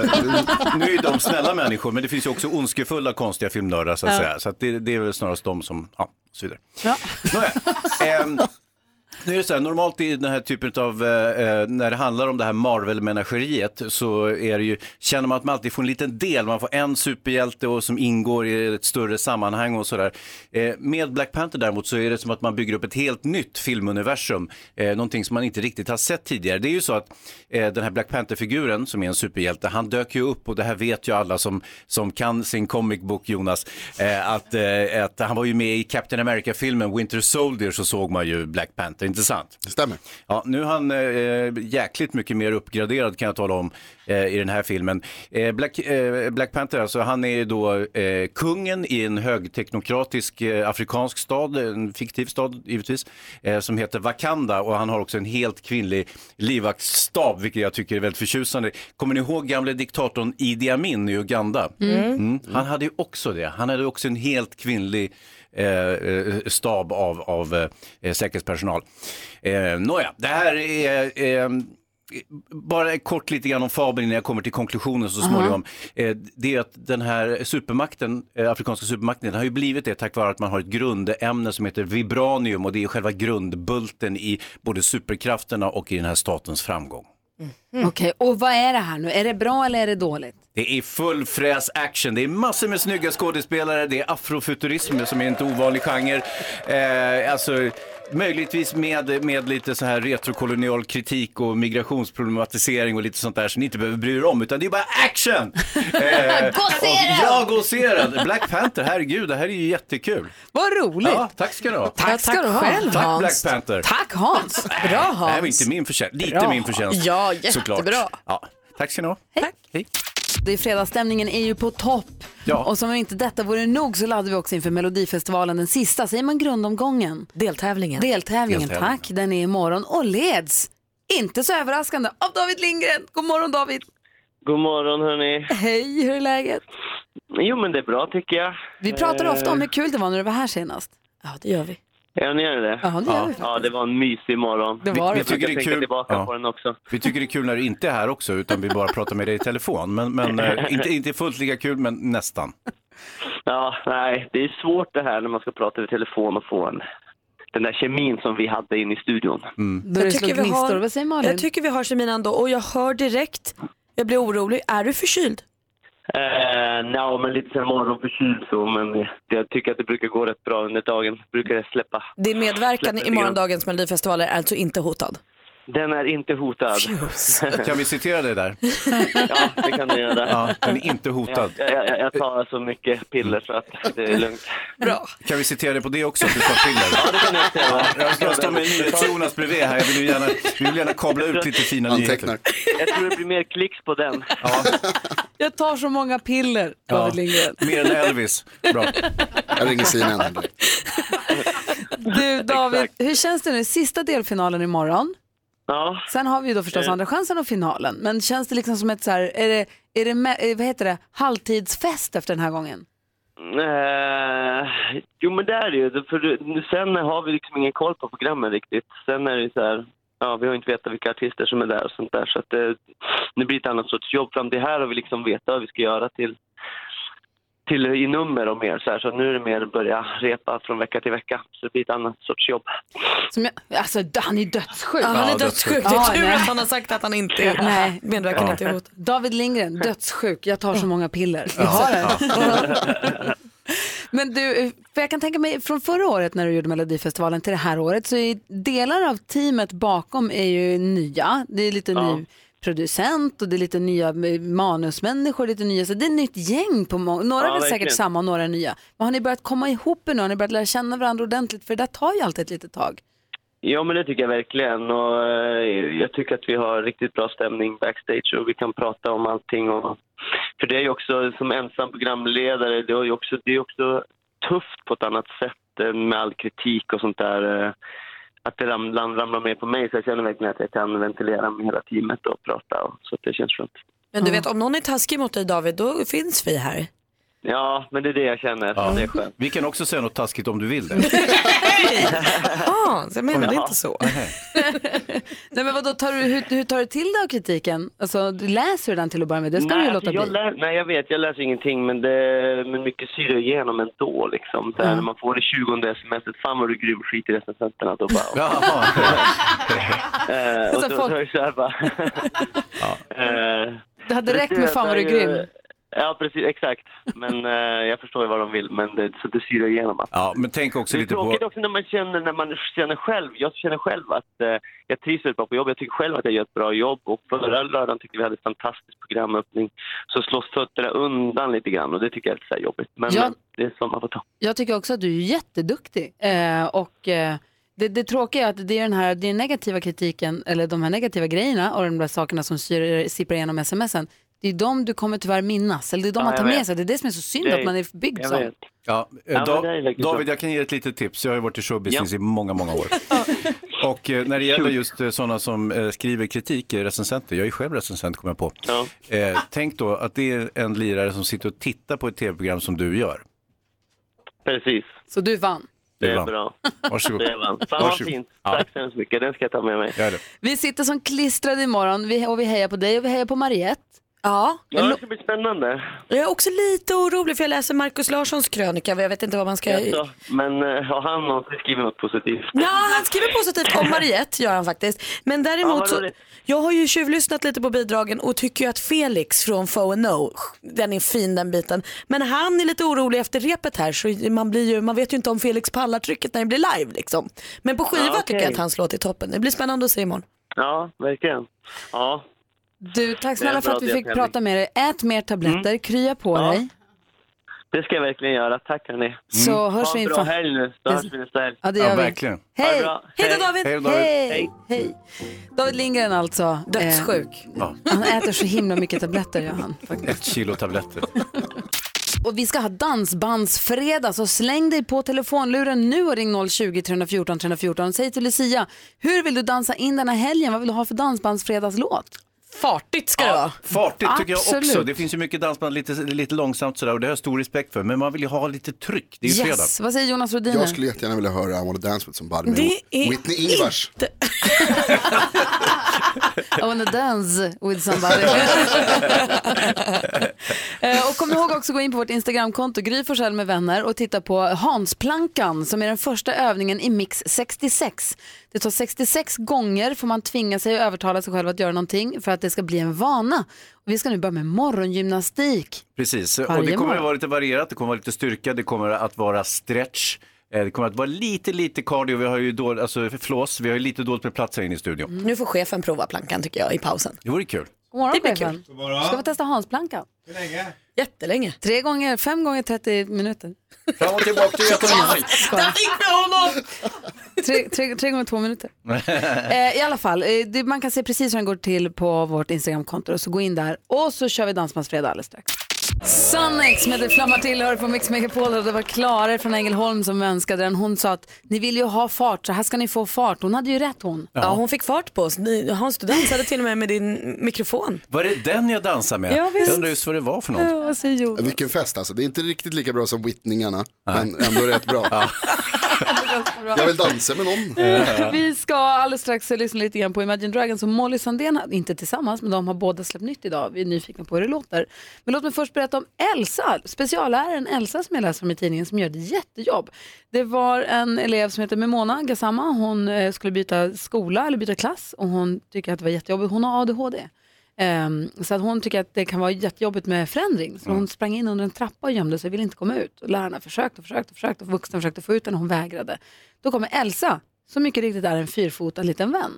[SPEAKER 2] nu är ju de snälla människor, men det finns ju också ondskefulla, konstiga filmnördar så att
[SPEAKER 24] Ja.
[SPEAKER 2] säga. Så att det, det är väl snarast de som, ja, och så vidare. Nåja, ehm, nu är det så här, normalt i den här typen av, eh, eh, när det handlar om det här Marvel-menageriet så är det ju, känner man att man alltid får en liten del, man får en superhjälte och som ingår i ett större sammanhang och sådär. Eh, med Black Panther däremot så är det som att man bygger upp ett helt nytt filmuniversum, eh, någonting som man inte riktigt har sett tidigare. Det är ju så att eh, den här Black Panther-figuren som är en superhjälte, han dök ju upp och det här vet ju alla som, som kan sin comic book Jonas, eh, att, eh, att han var ju med i Captain America-filmen Winter Soldier så såg man ju Black Panther, inte sant? Det
[SPEAKER 20] stämmer.
[SPEAKER 2] Ja, nu är han eh, jäkligt mycket mer uppgraderad kan jag tala om eh, i den här filmen. Eh, Black, eh, Black Panther, alltså, han är ju då eh, kungen i en högteknokratisk eh, afrikansk stad, en fiktiv stad givetvis, eh, som heter Wakanda och han har också en helt kvinnlig livvaktsstab, vilket jag tycker är väldigt förtjusande. Kommer ni ihåg gamle diktatorn Idi Amin i Uganda?
[SPEAKER 24] Mm.
[SPEAKER 2] Han hade ju också det. Han hade också en helt kvinnlig eh, eh, stab av, av eh, säkerhetspersonal. Eh, Nåja, det här är... Eh, bara kort lite grann om fabeln innan jag kommer till konklusionen så småningom. Eh, Det är att den här supermakten, eh, afrikanska supermakten, den har ju blivit det tack vare att man har ett grundämne som heter vibranium och det är själva grundbulten i både superkrafterna och i den här statens framgång. Mm.
[SPEAKER 1] Okej, och vad är det här nu? Är det bra eller är det dåligt?
[SPEAKER 2] Det är full fräs action, det är massor med snygga skådespelare, det är afrofuturism som är en inte ovanlig genre. Eh, alltså, möjligtvis med, med lite så här retrokolonial kritik och migrationsproblematisering och lite sånt där som ni inte behöver bry er om, utan det är bara action! Eh,
[SPEAKER 24] Gåserad!
[SPEAKER 2] Ja, gåserad! Black Panther, herregud, det här är ju jättekul.
[SPEAKER 1] Vad roligt!
[SPEAKER 2] Ja, tack ska du ha.
[SPEAKER 1] Tack ska du ha. Själv,
[SPEAKER 2] Tack
[SPEAKER 1] Hans.
[SPEAKER 2] Black Panther.
[SPEAKER 1] Tack Hans! Bra
[SPEAKER 2] Det här
[SPEAKER 1] Hans!
[SPEAKER 2] var inte min förtjänst, lite
[SPEAKER 1] Bra.
[SPEAKER 2] min förtjänst.
[SPEAKER 1] Ja,
[SPEAKER 2] såklart.
[SPEAKER 1] jättebra.
[SPEAKER 2] Ja, tack ska ni ha.
[SPEAKER 1] Hej.
[SPEAKER 2] Hej.
[SPEAKER 1] Det är fredagsstämningen är ju på topp.
[SPEAKER 2] Ja.
[SPEAKER 1] Och som om inte detta vore nog så laddade vi också inför Melodifestivalen, den sista, säger man grundomgången?
[SPEAKER 3] Deltävlingen.
[SPEAKER 1] Deltävlingen,
[SPEAKER 3] Deltävlingen.
[SPEAKER 1] tack. Den är imorgon och leds, inte så överraskande, av David Lindgren. God morgon David!
[SPEAKER 14] God morgon hörni.
[SPEAKER 1] Hej, hur är läget?
[SPEAKER 14] Jo men det är bra tycker jag.
[SPEAKER 1] Vi pratar ofta om
[SPEAKER 14] Eh,
[SPEAKER 1] hur kul det var när du var här senast. Ja, det gör vi.
[SPEAKER 14] Ja ni gör det?
[SPEAKER 1] Ja, det gör vi faktiskt.
[SPEAKER 14] Ja det var en mysig morgon.
[SPEAKER 1] Det var Vi- det. vi
[SPEAKER 14] Jag
[SPEAKER 2] tycker
[SPEAKER 14] brukar
[SPEAKER 2] det är
[SPEAKER 14] tänka
[SPEAKER 2] kul-
[SPEAKER 14] tillbaka
[SPEAKER 2] ja.
[SPEAKER 14] på den också.
[SPEAKER 2] Vi tycker det är kul när du inte är här också, utan vi bara pratar med dig i telefon. Men, men eh, inte, inte fullt lika kul, men nästan.
[SPEAKER 14] Ja, nej det är svårt det här när man ska prata över telefon och få en, den där kemin som vi hade inne i studion.
[SPEAKER 1] det slog gnistor. Vad säger Malin?
[SPEAKER 3] Jag tycker vi har kemin ändå och jag hör direkt, jag blir orolig, är du förkyld?
[SPEAKER 14] Eh, Nja, men lite sen morgonförkyld så, men jag tycker att det brukar gå rätt bra under dagen. Brukar det släppa.
[SPEAKER 3] Din medverkan
[SPEAKER 14] Släpper
[SPEAKER 3] i morgondagens melodifestivaler är alltså inte hotad?
[SPEAKER 14] Den är inte hotad.
[SPEAKER 2] Kan vi citera dig där?
[SPEAKER 14] Ja, det kan du göra.
[SPEAKER 2] Ja, den är inte hotad.
[SPEAKER 14] Jag, jag, jag tar så mycket piller så att det är lugnt.
[SPEAKER 2] Kan vi citera dig på det också, att du tar piller? Jag ska stå med NyhetsJonas bredvid här. Jag vill ju gärna, vi vill gärna kabla ut lite fina nyheter.
[SPEAKER 14] Jag tror det blir mer klicks på den.
[SPEAKER 1] Jag tar så många piller,
[SPEAKER 2] Ja,
[SPEAKER 1] David Lindgren.
[SPEAKER 2] mer än Elvis. Bra.
[SPEAKER 20] Jag ringer CNN.
[SPEAKER 1] Du David, hur känns det nu? Sista delfinalen imorgon.
[SPEAKER 14] Ja.
[SPEAKER 1] Sen har vi ju då förstås
[SPEAKER 14] Eh.
[SPEAKER 1] andra chansen och finalen. Men känns det liksom som ett så här, är det, är det med, eh, vad heter det, halvtidsfest efter den här gången?
[SPEAKER 14] Eh, jo men det är det ju. För det- sen har vi liksom ingen koll på programmen riktigt. Sen är det ju så här, ja vi har inte vetat vilka artister som är där och sånt där. Så att det, det blir ett annat sorts jobb. Fram till här har vi liksom vetat vad vi ska göra till, till i nummer och mer. Så, här, så nu är det mer att börja repa från vecka till vecka. Så det blir ett annat sorts jobb.
[SPEAKER 1] Som jag, alltså d- han är dödssjuk.
[SPEAKER 14] Ja, han är Ja, dödssjuk. dödssjuk.
[SPEAKER 3] Det är
[SPEAKER 1] Ja,
[SPEAKER 3] tur
[SPEAKER 1] nej.
[SPEAKER 3] att han har sagt att han inte är-
[SPEAKER 1] Nej.
[SPEAKER 3] medverkan inte är hot.
[SPEAKER 1] David Lindgren, dödssjuk, jag tar så många piller. Jag
[SPEAKER 3] Ja.
[SPEAKER 1] har det. Men du, för jag kan tänka mig från förra året när du gjorde Melodifestivalen till det här året så är delar av teamet bakom är ju nya. Det är lite
[SPEAKER 14] Ja.
[SPEAKER 1] ny producent och det är lite nya eh, manusmänniskor, lite nya, så det är ett nytt gäng på många, några
[SPEAKER 25] Ja,
[SPEAKER 1] är väl
[SPEAKER 25] verkligen.
[SPEAKER 1] säkert samma och några är nya. Men har ni börjat komma ihop er nu, har ni börjat lära känna varandra ordentligt? För det där tar ju alltid ett litet tag.
[SPEAKER 14] Ja, men det tycker jag verkligen. Och eh, jag tycker att vi har riktigt bra stämning backstage och vi kan prata om allting. Och... För det är ju också, som ensam programledare, det är ju också, det är också tufft på ett annat sätt eh, med all kritik och sånt där. eh, Att det ramlar, ramlar mer på mig, så jag känner verkligen att jag kan ventilera med hela teamet och prata. Och, så att det känns skönt.
[SPEAKER 3] Men du vet om någon är taskig mot dig David då finns vi här.
[SPEAKER 14] Ja, men det är det jag känner.
[SPEAKER 2] Ja.
[SPEAKER 14] Det är skönt.
[SPEAKER 2] Vi kan också säga något taskigt om du vill det.
[SPEAKER 3] Ja, jag menade
[SPEAKER 2] Jaha.
[SPEAKER 3] inte så.
[SPEAKER 1] Nej, men vadå, tar du, hur, hur tar du till dig av kritiken? Alltså, du läser du den till att börja med? Det ska du
[SPEAKER 14] Nej,
[SPEAKER 1] ju
[SPEAKER 14] alltså,
[SPEAKER 1] låta
[SPEAKER 14] jag
[SPEAKER 1] bli.
[SPEAKER 14] lä- nej, jag vet, jag läser ingenting, men, det, men mycket syre igenom ändå. Liksom. Så här,
[SPEAKER 1] Ja.
[SPEAKER 14] När man får det 20 smset, fan vad du gruvskiter i recensenterna. Då bara... Eh, och
[SPEAKER 1] Alltså,
[SPEAKER 14] då, då
[SPEAKER 1] folk-
[SPEAKER 14] är det så här bara... Eh,
[SPEAKER 1] Det hade
[SPEAKER 14] men
[SPEAKER 1] räckt med fan vad du är
[SPEAKER 14] det är ju-
[SPEAKER 1] grym.
[SPEAKER 14] Ja, precis, exakt. Men eh, jag förstår ju vad de vill, men det, så det syrar igenom. Alltså.
[SPEAKER 2] Ja, men tänk också
[SPEAKER 14] Det är
[SPEAKER 2] lite på...
[SPEAKER 14] tråkigt också när man, känner, när man känner själv, jag känner själv att eh, jag trivs väldigt bra på jobbet. Jag tycker själv att jag gör ett bra jobb och förra lördagen tyckte vi hade ett fantastiskt programöppning. Så slås fötterna undan lite grann och det tycker jag är lite så här jobbigt. Men
[SPEAKER 1] Ja.
[SPEAKER 14] eh, det är sånt man får ta.
[SPEAKER 1] Jag tycker också att du är jätteduktig. Eh, och eh, det, det tråkiga är att det är den här det är den negativa kritiken, eller de här negativa grejerna och de där sakerna som syr, sipprar igenom smsen. Det är de du kommer tyvärr minnas, eller det är de
[SPEAKER 2] Ja,
[SPEAKER 1] man
[SPEAKER 2] jag
[SPEAKER 1] tar med
[SPEAKER 2] vet.
[SPEAKER 1] sig. Det är det som är så synd
[SPEAKER 2] Det är-
[SPEAKER 1] att man är byggd
[SPEAKER 2] jag
[SPEAKER 1] som.
[SPEAKER 2] vet. Ja,
[SPEAKER 14] Ja,
[SPEAKER 2] eh,
[SPEAKER 14] men
[SPEAKER 2] Da-
[SPEAKER 14] det är verkligen
[SPEAKER 2] David,
[SPEAKER 14] så.
[SPEAKER 2] jag kan ge ett litet tips. Jag har ju varit i showbusiness i många, många år. Och eh, när det gäller just eh, sådana som eh, skriver kritik, eh, recensenter, jag är själv recensent kommer jag på. Eh, tänk då att det är en lirare som sitter och tittar på ett tv-program som du gör.
[SPEAKER 14] Precis.
[SPEAKER 1] Så du vann.
[SPEAKER 2] Det är
[SPEAKER 14] Det är
[SPEAKER 2] bra.
[SPEAKER 14] bra.
[SPEAKER 2] Varsågod.
[SPEAKER 14] Det är bra. Fan vad
[SPEAKER 2] Varsågod.
[SPEAKER 14] fint.
[SPEAKER 2] Ja.
[SPEAKER 14] Tack så hemskt mycket. Den ska jag ta med mig.
[SPEAKER 2] Gör det.
[SPEAKER 1] Vi sitter som klistrade imorgon vi, och vi hejar på dig och vi hejar på Mariette.
[SPEAKER 3] Ja.
[SPEAKER 14] Ja, det ska bli spännande.
[SPEAKER 3] Jag är också lite orolig för jag läser Markus Larssons krönika men jag vet inte vad man ska...
[SPEAKER 14] Jaså, Men eh, har han någonsin skrivit något positivt?
[SPEAKER 3] Ja, han skriver positivt om Mariette gör han faktiskt. Men
[SPEAKER 14] Ja,
[SPEAKER 3] däremot
[SPEAKER 14] vad
[SPEAKER 3] så,
[SPEAKER 14] roligt.
[SPEAKER 3] jag har ju tjuvlyssnat lite på bidragen och tycker ju att Felix från Fo No, den är fin den biten. Men han är lite orolig efter repet här så man, blir ju, man vet ju inte om Felix pallar trycket när det blir live liksom. Men på skiva
[SPEAKER 14] Ja, okej.
[SPEAKER 3] tycker jag att hans låt är toppen. Det blir spännande att se imorgon.
[SPEAKER 14] Ja, verkligen. Ja.
[SPEAKER 1] Du, tack
[SPEAKER 14] Det är
[SPEAKER 1] snälla
[SPEAKER 14] en
[SPEAKER 1] för
[SPEAKER 14] bra
[SPEAKER 1] att vi fick
[SPEAKER 14] deltävling.
[SPEAKER 1] prata med dig. Ät mer tabletter,
[SPEAKER 2] Mm.
[SPEAKER 1] krya på dig.
[SPEAKER 14] Det ska jag verkligen göra. Tack hörni.
[SPEAKER 1] Så
[SPEAKER 2] Mm.
[SPEAKER 1] hörs
[SPEAKER 14] ha
[SPEAKER 1] vi
[SPEAKER 14] en bra
[SPEAKER 1] inför-
[SPEAKER 14] helg nu. Så hörs vi nästa helg.
[SPEAKER 1] Ja, det gör vi.
[SPEAKER 14] Ha det
[SPEAKER 1] Hej!
[SPEAKER 14] bra.
[SPEAKER 1] Hej då David!
[SPEAKER 14] Hej då,
[SPEAKER 1] Hej! Hej. David Lindgren alltså.
[SPEAKER 3] Dödssjuk.
[SPEAKER 2] Ja.
[SPEAKER 1] Eh, han äter så himla mycket tabletter, gör han.
[SPEAKER 2] Ett kilo tabletter.
[SPEAKER 1] Och vi ska ha dansbandsfredag, så släng dig på telefonluren nu och ring 020-314 314. Säg till Lucia, hur vill du dansa in den här helgen? Vad vill du ha för dansbandsfredagslåt?
[SPEAKER 3] Fartigt ska det vara.
[SPEAKER 2] Fartigt tycker jag också.
[SPEAKER 1] Absolut.
[SPEAKER 2] Det finns ju mycket dansband lite, lite långsamt sådär och det har jag stor respekt för. Men man vill ju ha lite tryck. Det är ju fredag.
[SPEAKER 1] Vad säger Jonas Rhodiner?
[SPEAKER 20] Jag skulle jättegärna vilja höra I wanna dance with somebody med
[SPEAKER 1] Det är
[SPEAKER 20] Whitney Ingvars.
[SPEAKER 1] I wanna dance with somebody. Eh, och kom ihåg också att gå in på vårt Instagramkonto, Gry Forssell med vänner och titta på Hansplankan som är den första övningen i Mix 66. Det tar 66 gånger får man tvinga sig och övertala sig själv att göra någonting för att det ska bli en vana. Och vi ska nu börja med morgongymnastik.
[SPEAKER 2] Precis, och
[SPEAKER 1] Varje
[SPEAKER 2] det kommer att
[SPEAKER 1] morgon.
[SPEAKER 2] vara lite varierat, det kommer att vara lite styrka, det kommer att vara stretch, eh, det kommer att vara lite, lite cardio, vi har ju då, alltså flås, vi har ju lite dåligt med plats här inne i studion.
[SPEAKER 1] Mm.
[SPEAKER 3] Nu får chefen prova plankan tycker jag i pausen.
[SPEAKER 2] Det vore kul.
[SPEAKER 1] God morgon,
[SPEAKER 3] Det blir
[SPEAKER 1] chefen.
[SPEAKER 3] kul. God morgon.
[SPEAKER 1] Ska vi testa Hansplankan?
[SPEAKER 3] Hur länge? Jättelänge.
[SPEAKER 1] Tre gånger, fem gånger 30 minuter.
[SPEAKER 2] Fram och tillbaka till Göteborg.
[SPEAKER 1] Där fick vi honom! Tre, tre, tre gånger två minuter. Eh, I alla fall, eh, det, man kan se precis hur den går till på vårt Instagramkonto. Så gå in där och så kör vi Dansbandsfredag alldeles strax. Sannex med Det flammar till hör på Mix Megapol och det var Klara från Ängelholm som önskade den. Hon sa att ni vill ju ha fart så här ska ni få fart. Hon hade ju rätt hon.
[SPEAKER 3] Ja, hon fick fart på oss. Ni- Hans, du dansade till och med med din mikrofon.
[SPEAKER 2] Var det den jag dansade med?
[SPEAKER 3] Ja, visst.
[SPEAKER 2] Jag undrar just vad det var för något.
[SPEAKER 1] vad säger Jonas?
[SPEAKER 20] Vilken fest alltså. Det är inte riktigt lika bra som Whitningarna, men ändå rätt bra. Jag vill dansa med någon.
[SPEAKER 1] Eh, Vi ska alldeles strax lyssna lite grann på Imagine Dragons och Molly Sandén, har- inte tillsammans, men de har båda släppt nytt idag. Vi är nyfikna på hur det låter. Men låt mig först berätta om Elsa, specialläraren Elsa som jag läser om i tidningen som gör ett jättejobb. Det var en elev som heter Memona Gassama, hon eh, skulle byta skola eller byta klass och hon tycker att det var jättejobbigt. Hon har ADHD. Ehm, så att hon tycker att det kan vara jättejobbigt med förändring. Så hon sprang in under en trappa och gömde sig och ville inte komma ut. Och lärarna försökte och försökte och försökte och vuxna försökte få ut henne och hon vägrade. Då kommer Elsa, som mycket riktigt är en fyrfotad liten vän.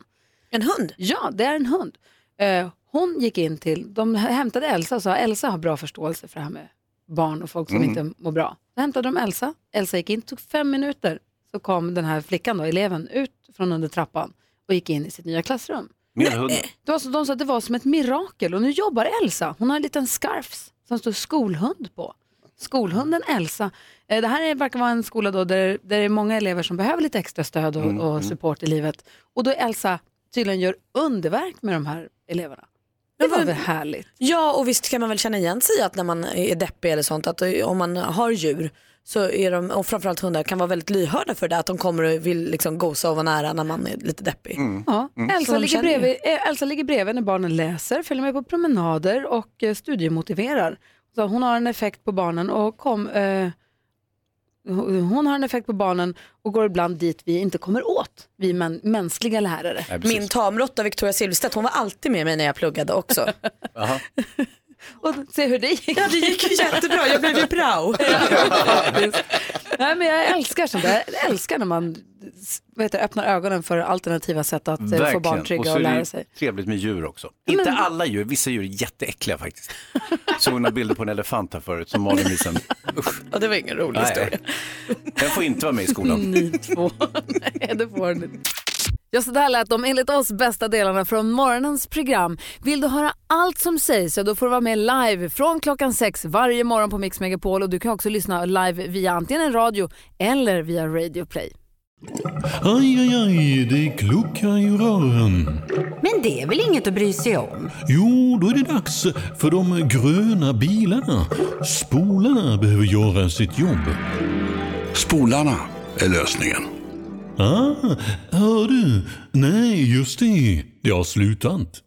[SPEAKER 3] En hund?
[SPEAKER 1] Ja, det är en hund. Eh, hon gick in till, de hämtade Elsa och sa Elsa har bra förståelse för det här med barn och folk som
[SPEAKER 25] Mm.
[SPEAKER 1] inte mår bra. Då hämtade de Elsa, Elsa gick in, tog fem minuter, så kom den här flickan då, eleven, ut från under trappan och gick in i sitt nya klassrum.
[SPEAKER 2] Med hunden.
[SPEAKER 1] Det var så, de sa att det var som ett mirakel och nu jobbar Elsa. Hon har en liten scarf som står skolhund på. Skolhunden Elsa. Eh, Det här är- verkar vara en skola då där, där det är många elever som behöver lite extra stöd och,
[SPEAKER 25] Mm, mm.
[SPEAKER 1] och support i livet. Och då Elsa tydligen gör underverk med de här eleverna. Det var väl härligt?
[SPEAKER 3] Ja och visst kan man väl känna igen sig i att när man är deppig eller sånt att eh, om man har djur så är de, och framförallt hundar, kan vara väldigt lyhörda för det att de kommer och vill liksom gosa och vara nära när man är lite deppig.
[SPEAKER 1] Ja,
[SPEAKER 2] Mm.
[SPEAKER 3] Så
[SPEAKER 1] Elsa,
[SPEAKER 3] de
[SPEAKER 1] ligger
[SPEAKER 3] känner ju.
[SPEAKER 1] bredvid, eh, Elsa ligger bredvid när barnen läser, följer med på promenader och eh, studiemotiverar. Så hon har en effekt på barnen och kom, eh, hon hon har en effekt på barnen och går ibland dit vi inte kommer åt, vi män, mänskliga lärare.
[SPEAKER 3] Nej, precis. Min tamrotta Victoria Silvstedt, hon var alltid med mig när jag pluggade också.
[SPEAKER 1] och se hur det gick.
[SPEAKER 3] Ja, det gick ju jättebra. Jag blev ju prao.
[SPEAKER 1] Nej, men jag älskar sånt där. Jag älskar när man s- vad heter, det, öppnar ögonen för alternativa sätt att eh, få barn trygga och,
[SPEAKER 2] så är det
[SPEAKER 1] lära
[SPEAKER 2] ju
[SPEAKER 1] sig.
[SPEAKER 2] Trevligt med djur också. Inte alla djur, vissa djur är jätteäckliga faktiskt. Såg några bilder på en elefant här förut som Malin visade. Usch.
[SPEAKER 3] Ja, det var ingen rolig historia.
[SPEAKER 2] Den får inte vara med i skolan.
[SPEAKER 1] Ni två. Nej, det får ni inte. Ja, så där lät de enligt oss bästa delarna från morgonens program. Vill du höra allt som sägs så då får du vara med live från klockan sex varje morgon på Mix Megapol och du kan också lyssna live via antingen radio eller via Radio Play.
[SPEAKER 23] Aj, aj, aj, det kluckar i rören.
[SPEAKER 21] Men det är väl inget att bry sig om?
[SPEAKER 23] Jo, då är det dags för de gröna bilarna. Spolarna behöver göra sitt jobb. Spolarna är lösningen. Ah, hör du? Nej, just det. Det har slutat.